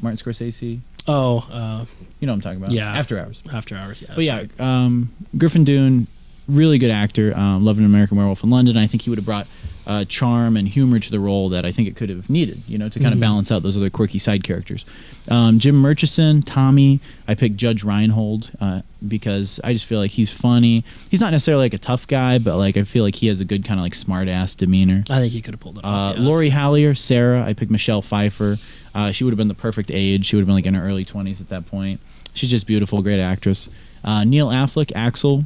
S1: Martin Scorsese?
S2: Oh, uh,
S1: You know what I'm talking about.
S2: Yeah.
S1: After Hours.
S2: after hours. Yeah.
S1: But yeah, um, Griffin Dune, really good actor. Um, loved an American Werewolf in London. I think he would have brought uh, charm and humor to the role that I think it could have needed, you know, to kind of balance out those other quirky side characters. Um, Jim Murchison, Tommy, I picked Judge Reinhold uh, because I just feel like he's funny. He's not necessarily like a tough guy, but like I feel like he has a good kind of like smart ass demeanor.
S2: I think he could have pulled it
S1: Uh,
S2: off. yeah.
S1: Lori Hallier, Sarah. I picked Michelle Pfeiffer. Uh, she would have been the perfect age. She would have been like in her early 20s at that point. She's just beautiful, great actress. Uh, Neil Affleck, Axel,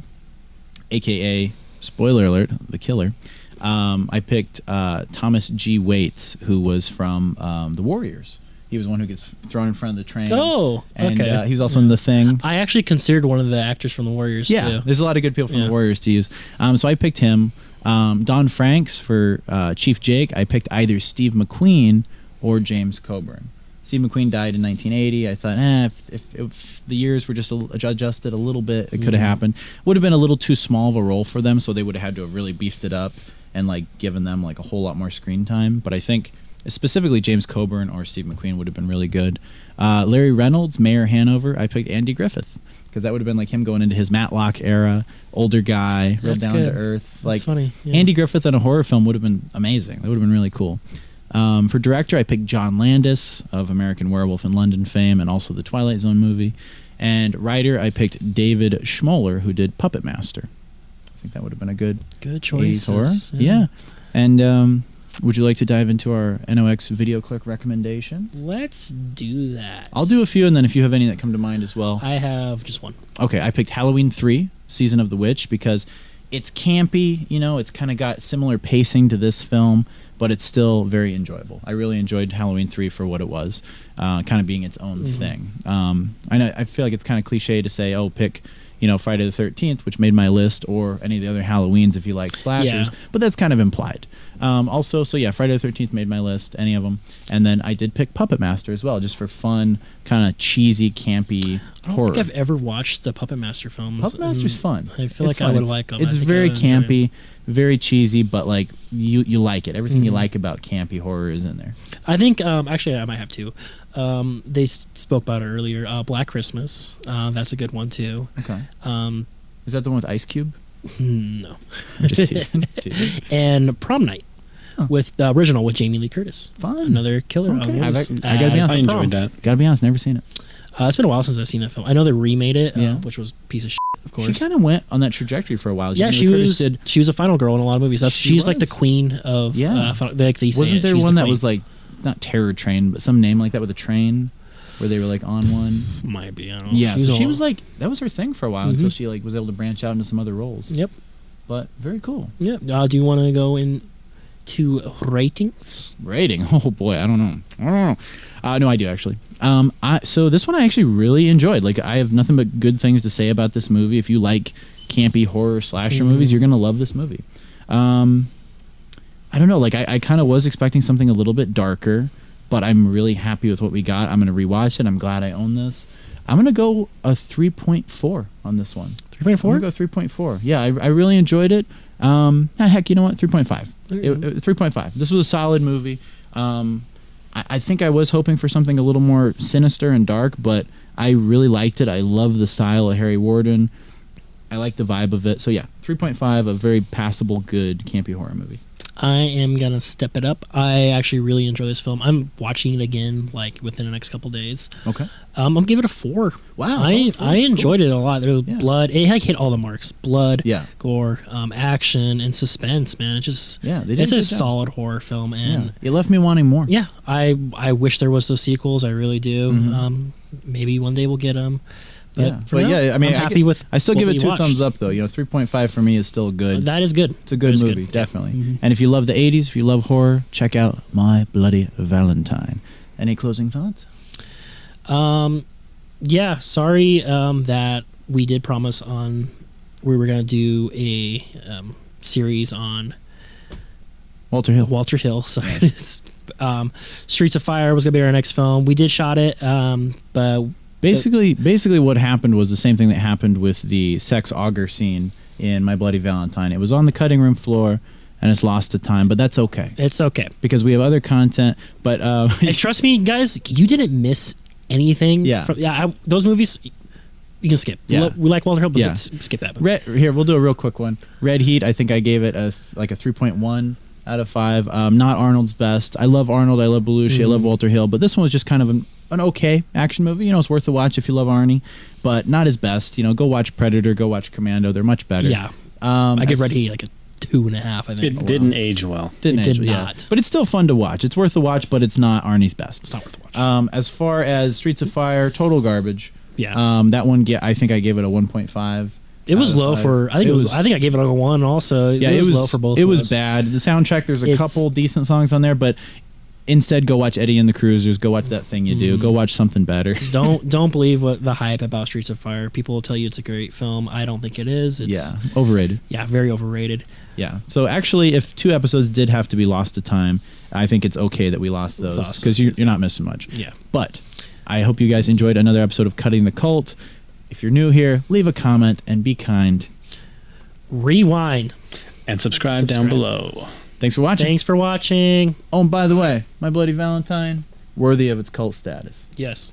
S1: aka spoiler alert, the killer. Um, I picked uh, Thomas G. Waits, who was from um, The Warriors. He was the one who gets thrown in front of the train.
S2: Oh,
S1: and
S2: okay.
S1: uh, he was also in The Thing.
S2: I actually considered one of the actors from the Warriors.
S1: Yeah,
S2: too.
S1: there's a lot of good people from
S2: Yeah.
S1: the Warriors to use. Um, so I picked him. Um, Don Franks for uh, Chief Jake. I picked either Steve McQueen or James Coburn. Steve McQueen died in 1980. I thought, eh, if, if, if the years were just a, adj- adjusted a little bit, it
S2: Mm-hmm.
S1: could have happened. Would have been a little too small of a role for them, so they would have had to have really beefed it up and like given them like a whole lot more screen time. But I think specifically James Coburn or Steve McQueen would have been really good. Uh, Larry Reynolds, Mayor Hanover. I picked Andy Griffith because that would have been like him going into his Matlock era, older guy, real
S2: That's
S1: down
S2: good.
S1: to earth.
S2: That's
S1: Like
S2: funny, yeah.
S1: Andy Griffith in a horror film would have been amazing. That would have been really cool. Um, for director, I picked John Landis of American Werewolf in London fame and also the Twilight Zone movie. And writer, I picked David Schmoller, who did Puppet Master. I think that would have been a good 80s
S2: Good choice.
S1: horror. Yeah. And um, would you like to dive into our NOX video click recommendation?
S2: Let's do that.
S1: I'll do a few, and then if you have any that come to mind as well.
S2: I have just one.
S1: Okay, I picked Halloween 3, Season of the Witch, because it's campy, you know, it's kind of got similar pacing to this film, but it's still very enjoyable. I really enjoyed Halloween 3 for what it was, uh, kind of being its own
S2: Mm-hmm.
S1: thing. Um, I, know, I feel like it's kind of cliche to say, oh, pick, you know, Friday the 13th, which made my list, or any of the other Halloweens if you like slashers,
S2: Yeah.
S1: but that's kind of implied. Um, also, so yeah, Friday the 13th made my list, any of them. And then I did pick Puppet Master as well, just for fun, kind of cheesy, campy
S2: I don't
S1: horror.
S2: think I've ever watched the Puppet Master films.
S1: Puppet Master's
S2: and
S1: fun.
S2: I feel
S1: It's
S2: like I
S1: fun.
S2: would
S1: It's-
S2: like them.
S1: It's very campy, very cheesy, but like you you like it. Everything you
S2: Mm-hmm.
S1: like about campy horror is in there.
S2: I think um, actually I might have two. Um, they s- spoke about it earlier. Uh, Black Christmas. Uh, that's a good one too.
S1: Okay,
S2: Um,
S1: is that the one with Ice Cube?
S2: no,
S1: I'm just teasing. teasing.
S2: and Prom Night
S1: Huh.
S2: with the original with Jamie Lee Curtis.
S1: Fun.
S2: Another killer.
S1: Okay.
S2: on
S1: I've
S2: wheels.
S1: ac- I gotta be honest, That's
S2: Uh,
S3: I
S1: a problem.
S3: enjoyed that.
S1: Gotta be honest, never seen it.
S2: Uh, it's been a while since I've seen that film. I know they remade it, uh,
S1: Yeah.
S2: which was a piece of shit, of course.
S1: She kind of went on that trajectory for a while.
S2: yeah,
S1: Jamie
S2: she
S1: Lee Curtis
S2: was
S1: did-
S2: she was a final girl in a lot of movies. That's,
S1: She
S2: she's like the
S1: was.
S2: queen of
S1: Yeah.
S2: Uh, final, like they say
S1: Wasn't
S2: it,
S1: there
S2: she's the
S1: one that
S2: queen.
S1: was like not Terror Train, but some name like that with a train, where they were like on one?
S2: might be I don't know.
S1: Yeah, so
S2: a
S1: she
S2: lot-
S1: was like that was her thing for a
S2: Mm-hmm.
S1: while until she like was able to branch out into some other roles.
S2: yep
S1: But very cool.
S2: yep. Uh, do you want to go in to ratings?
S1: rating. Oh boy, I don't know. I don't know. Uh, no, I do actually. Um, I so this one I actually really enjoyed. Like I have nothing but good things to say about this movie. If you like campy horror slasher movies, you're gonna love this movie. Um, I don't know. Like I, I kind of was expecting something a little bit darker, but I'm really happy with what we got. I'm gonna rewatch it. I'm glad I own this. I'm gonna go a 3.4 on this one.
S2: Three point
S1: I'm
S2: four.
S1: gonna go 3.4. Yeah, I, I really enjoyed it. Um, ah, heck, you know what? 3.5.
S2: There you
S1: It- it- 3.5. This was a solid movie. Um, I, I think I was hoping for something a little more sinister and dark, but I really liked it. I love the style of Harry Warden. I like the vibe of it. So yeah, 3.5, a very passable, good campy horror movie.
S2: I am gonna step it up. I actually really enjoy this film. I'm watching it again like within the next couple days.
S1: Okay.
S2: Um, I'm giving it a four.
S1: Wow,
S2: I,
S1: solid four.
S2: I enjoyed it a lot. There was
S1: Yeah.
S2: blood. It like, hit all the marks: blood,
S1: Yeah.
S2: gore, um, action, and suspense. Man, it just
S1: Yeah, they did
S2: it's
S1: a
S2: a
S1: good job.
S2: solid horror film,
S1: Yeah.
S2: and
S1: It left me wanting more.
S2: yeah, I I wish there was those sequels. I really do. Um, maybe one day we'll get them. But,
S1: Mm-hmm. Yeah.
S2: for
S1: But
S2: now,
S1: yeah, I mean,
S2: I'm happy
S1: gi-
S2: with.
S1: I still
S2: what
S1: give
S2: we
S1: it two
S2: watched.
S1: thumbs up though. You know, 3.5 for me is still good.
S2: That is good. Mm-hmm.
S1: It's a good
S2: That is
S1: movie,
S2: Yeah.
S1: definitely. And if you love the 80s, if you love horror, check out My Bloody Valentine. Any closing thoughts?
S2: Um, yeah, sorry um, that we did promise on we were gonna do a um, series on
S1: Walter Hill.
S2: Walter Hill. Sorry, um, Streets of Fire was gonna be our next film. We did shot it, um, but
S1: Basically, basically, what happened was the same thing that happened with the sex auger scene in My Bloody Valentine. It was on the cutting room floor, and it's lost to time, but that's okay
S2: It's okay.
S1: because we have other content. But uh,
S2: And trust me, guys, you didn't miss anything.
S1: Yeah.
S2: from, yeah. I, those movies, you can skip. We,
S1: Yeah.
S2: lo- we like Walter Hill, but
S1: Yeah.
S2: let's skip that. One.
S1: Red, here we'll do a real quick one. Red Heat. I think I gave it a like a three point one out of five. Um, not Arnold's best. I love Arnold. I love Belushi. I
S2: Mm-hmm.
S1: love Walter Hill. But this one was just kind of an, an okay action movie. You know, it's worth a watch if you love Arnie, but not his best. You know, go watch Predator. Go watch Commando. They're much better.
S2: Yeah,
S1: Um,
S2: I give
S1: that's-
S2: Red Heat like a two and a half. I think
S3: It didn't age well.
S1: Didn't
S2: It did
S1: actually, yeah.
S2: not.
S1: But it's still fun to watch. It's worth a watch, but it's not Arnie's best.
S2: It's not worth watching.
S1: Um, as far as Streets of Fire, total garbage.
S2: Yeah.
S1: Um, that one, get, I think I gave it a 1.5.
S2: it was
S1: out of
S2: low
S1: five.
S2: for. I think it was, I think I gave it like a one. Also,
S1: yeah,
S2: it, was, low for both.
S1: It
S2: of
S1: was
S2: us.
S1: bad. The soundtrack, there's a
S2: It's-
S1: couple decent songs on there, but instead, go watch Eddie and the Cruisers. Go watch that thing you do.
S2: Mm-hmm.
S1: Go watch something better.
S2: don't don't believe what the hype about Streets of Fire. People will tell you it's a great film. I don't think it is. It's,
S1: yeah, overrated.
S2: yeah, very overrated.
S1: Yeah. So actually, if two episodes did have to be lost to time, I think it's okay that we lost those
S2: Lost
S1: because
S2: those,
S1: you're, you're not missing much.
S2: Yeah.
S1: But I hope you guys enjoyed another episode of Cutting the Cult. If you're new here, leave a comment and be kind.
S2: Rewind.
S3: And subscribe,
S2: Subscribe.
S3: down below.
S1: Thanks for watching.
S2: Thanks for watching.
S1: Oh, and by the way, my bloody Valentine, worthy of its cult status.
S2: Yes.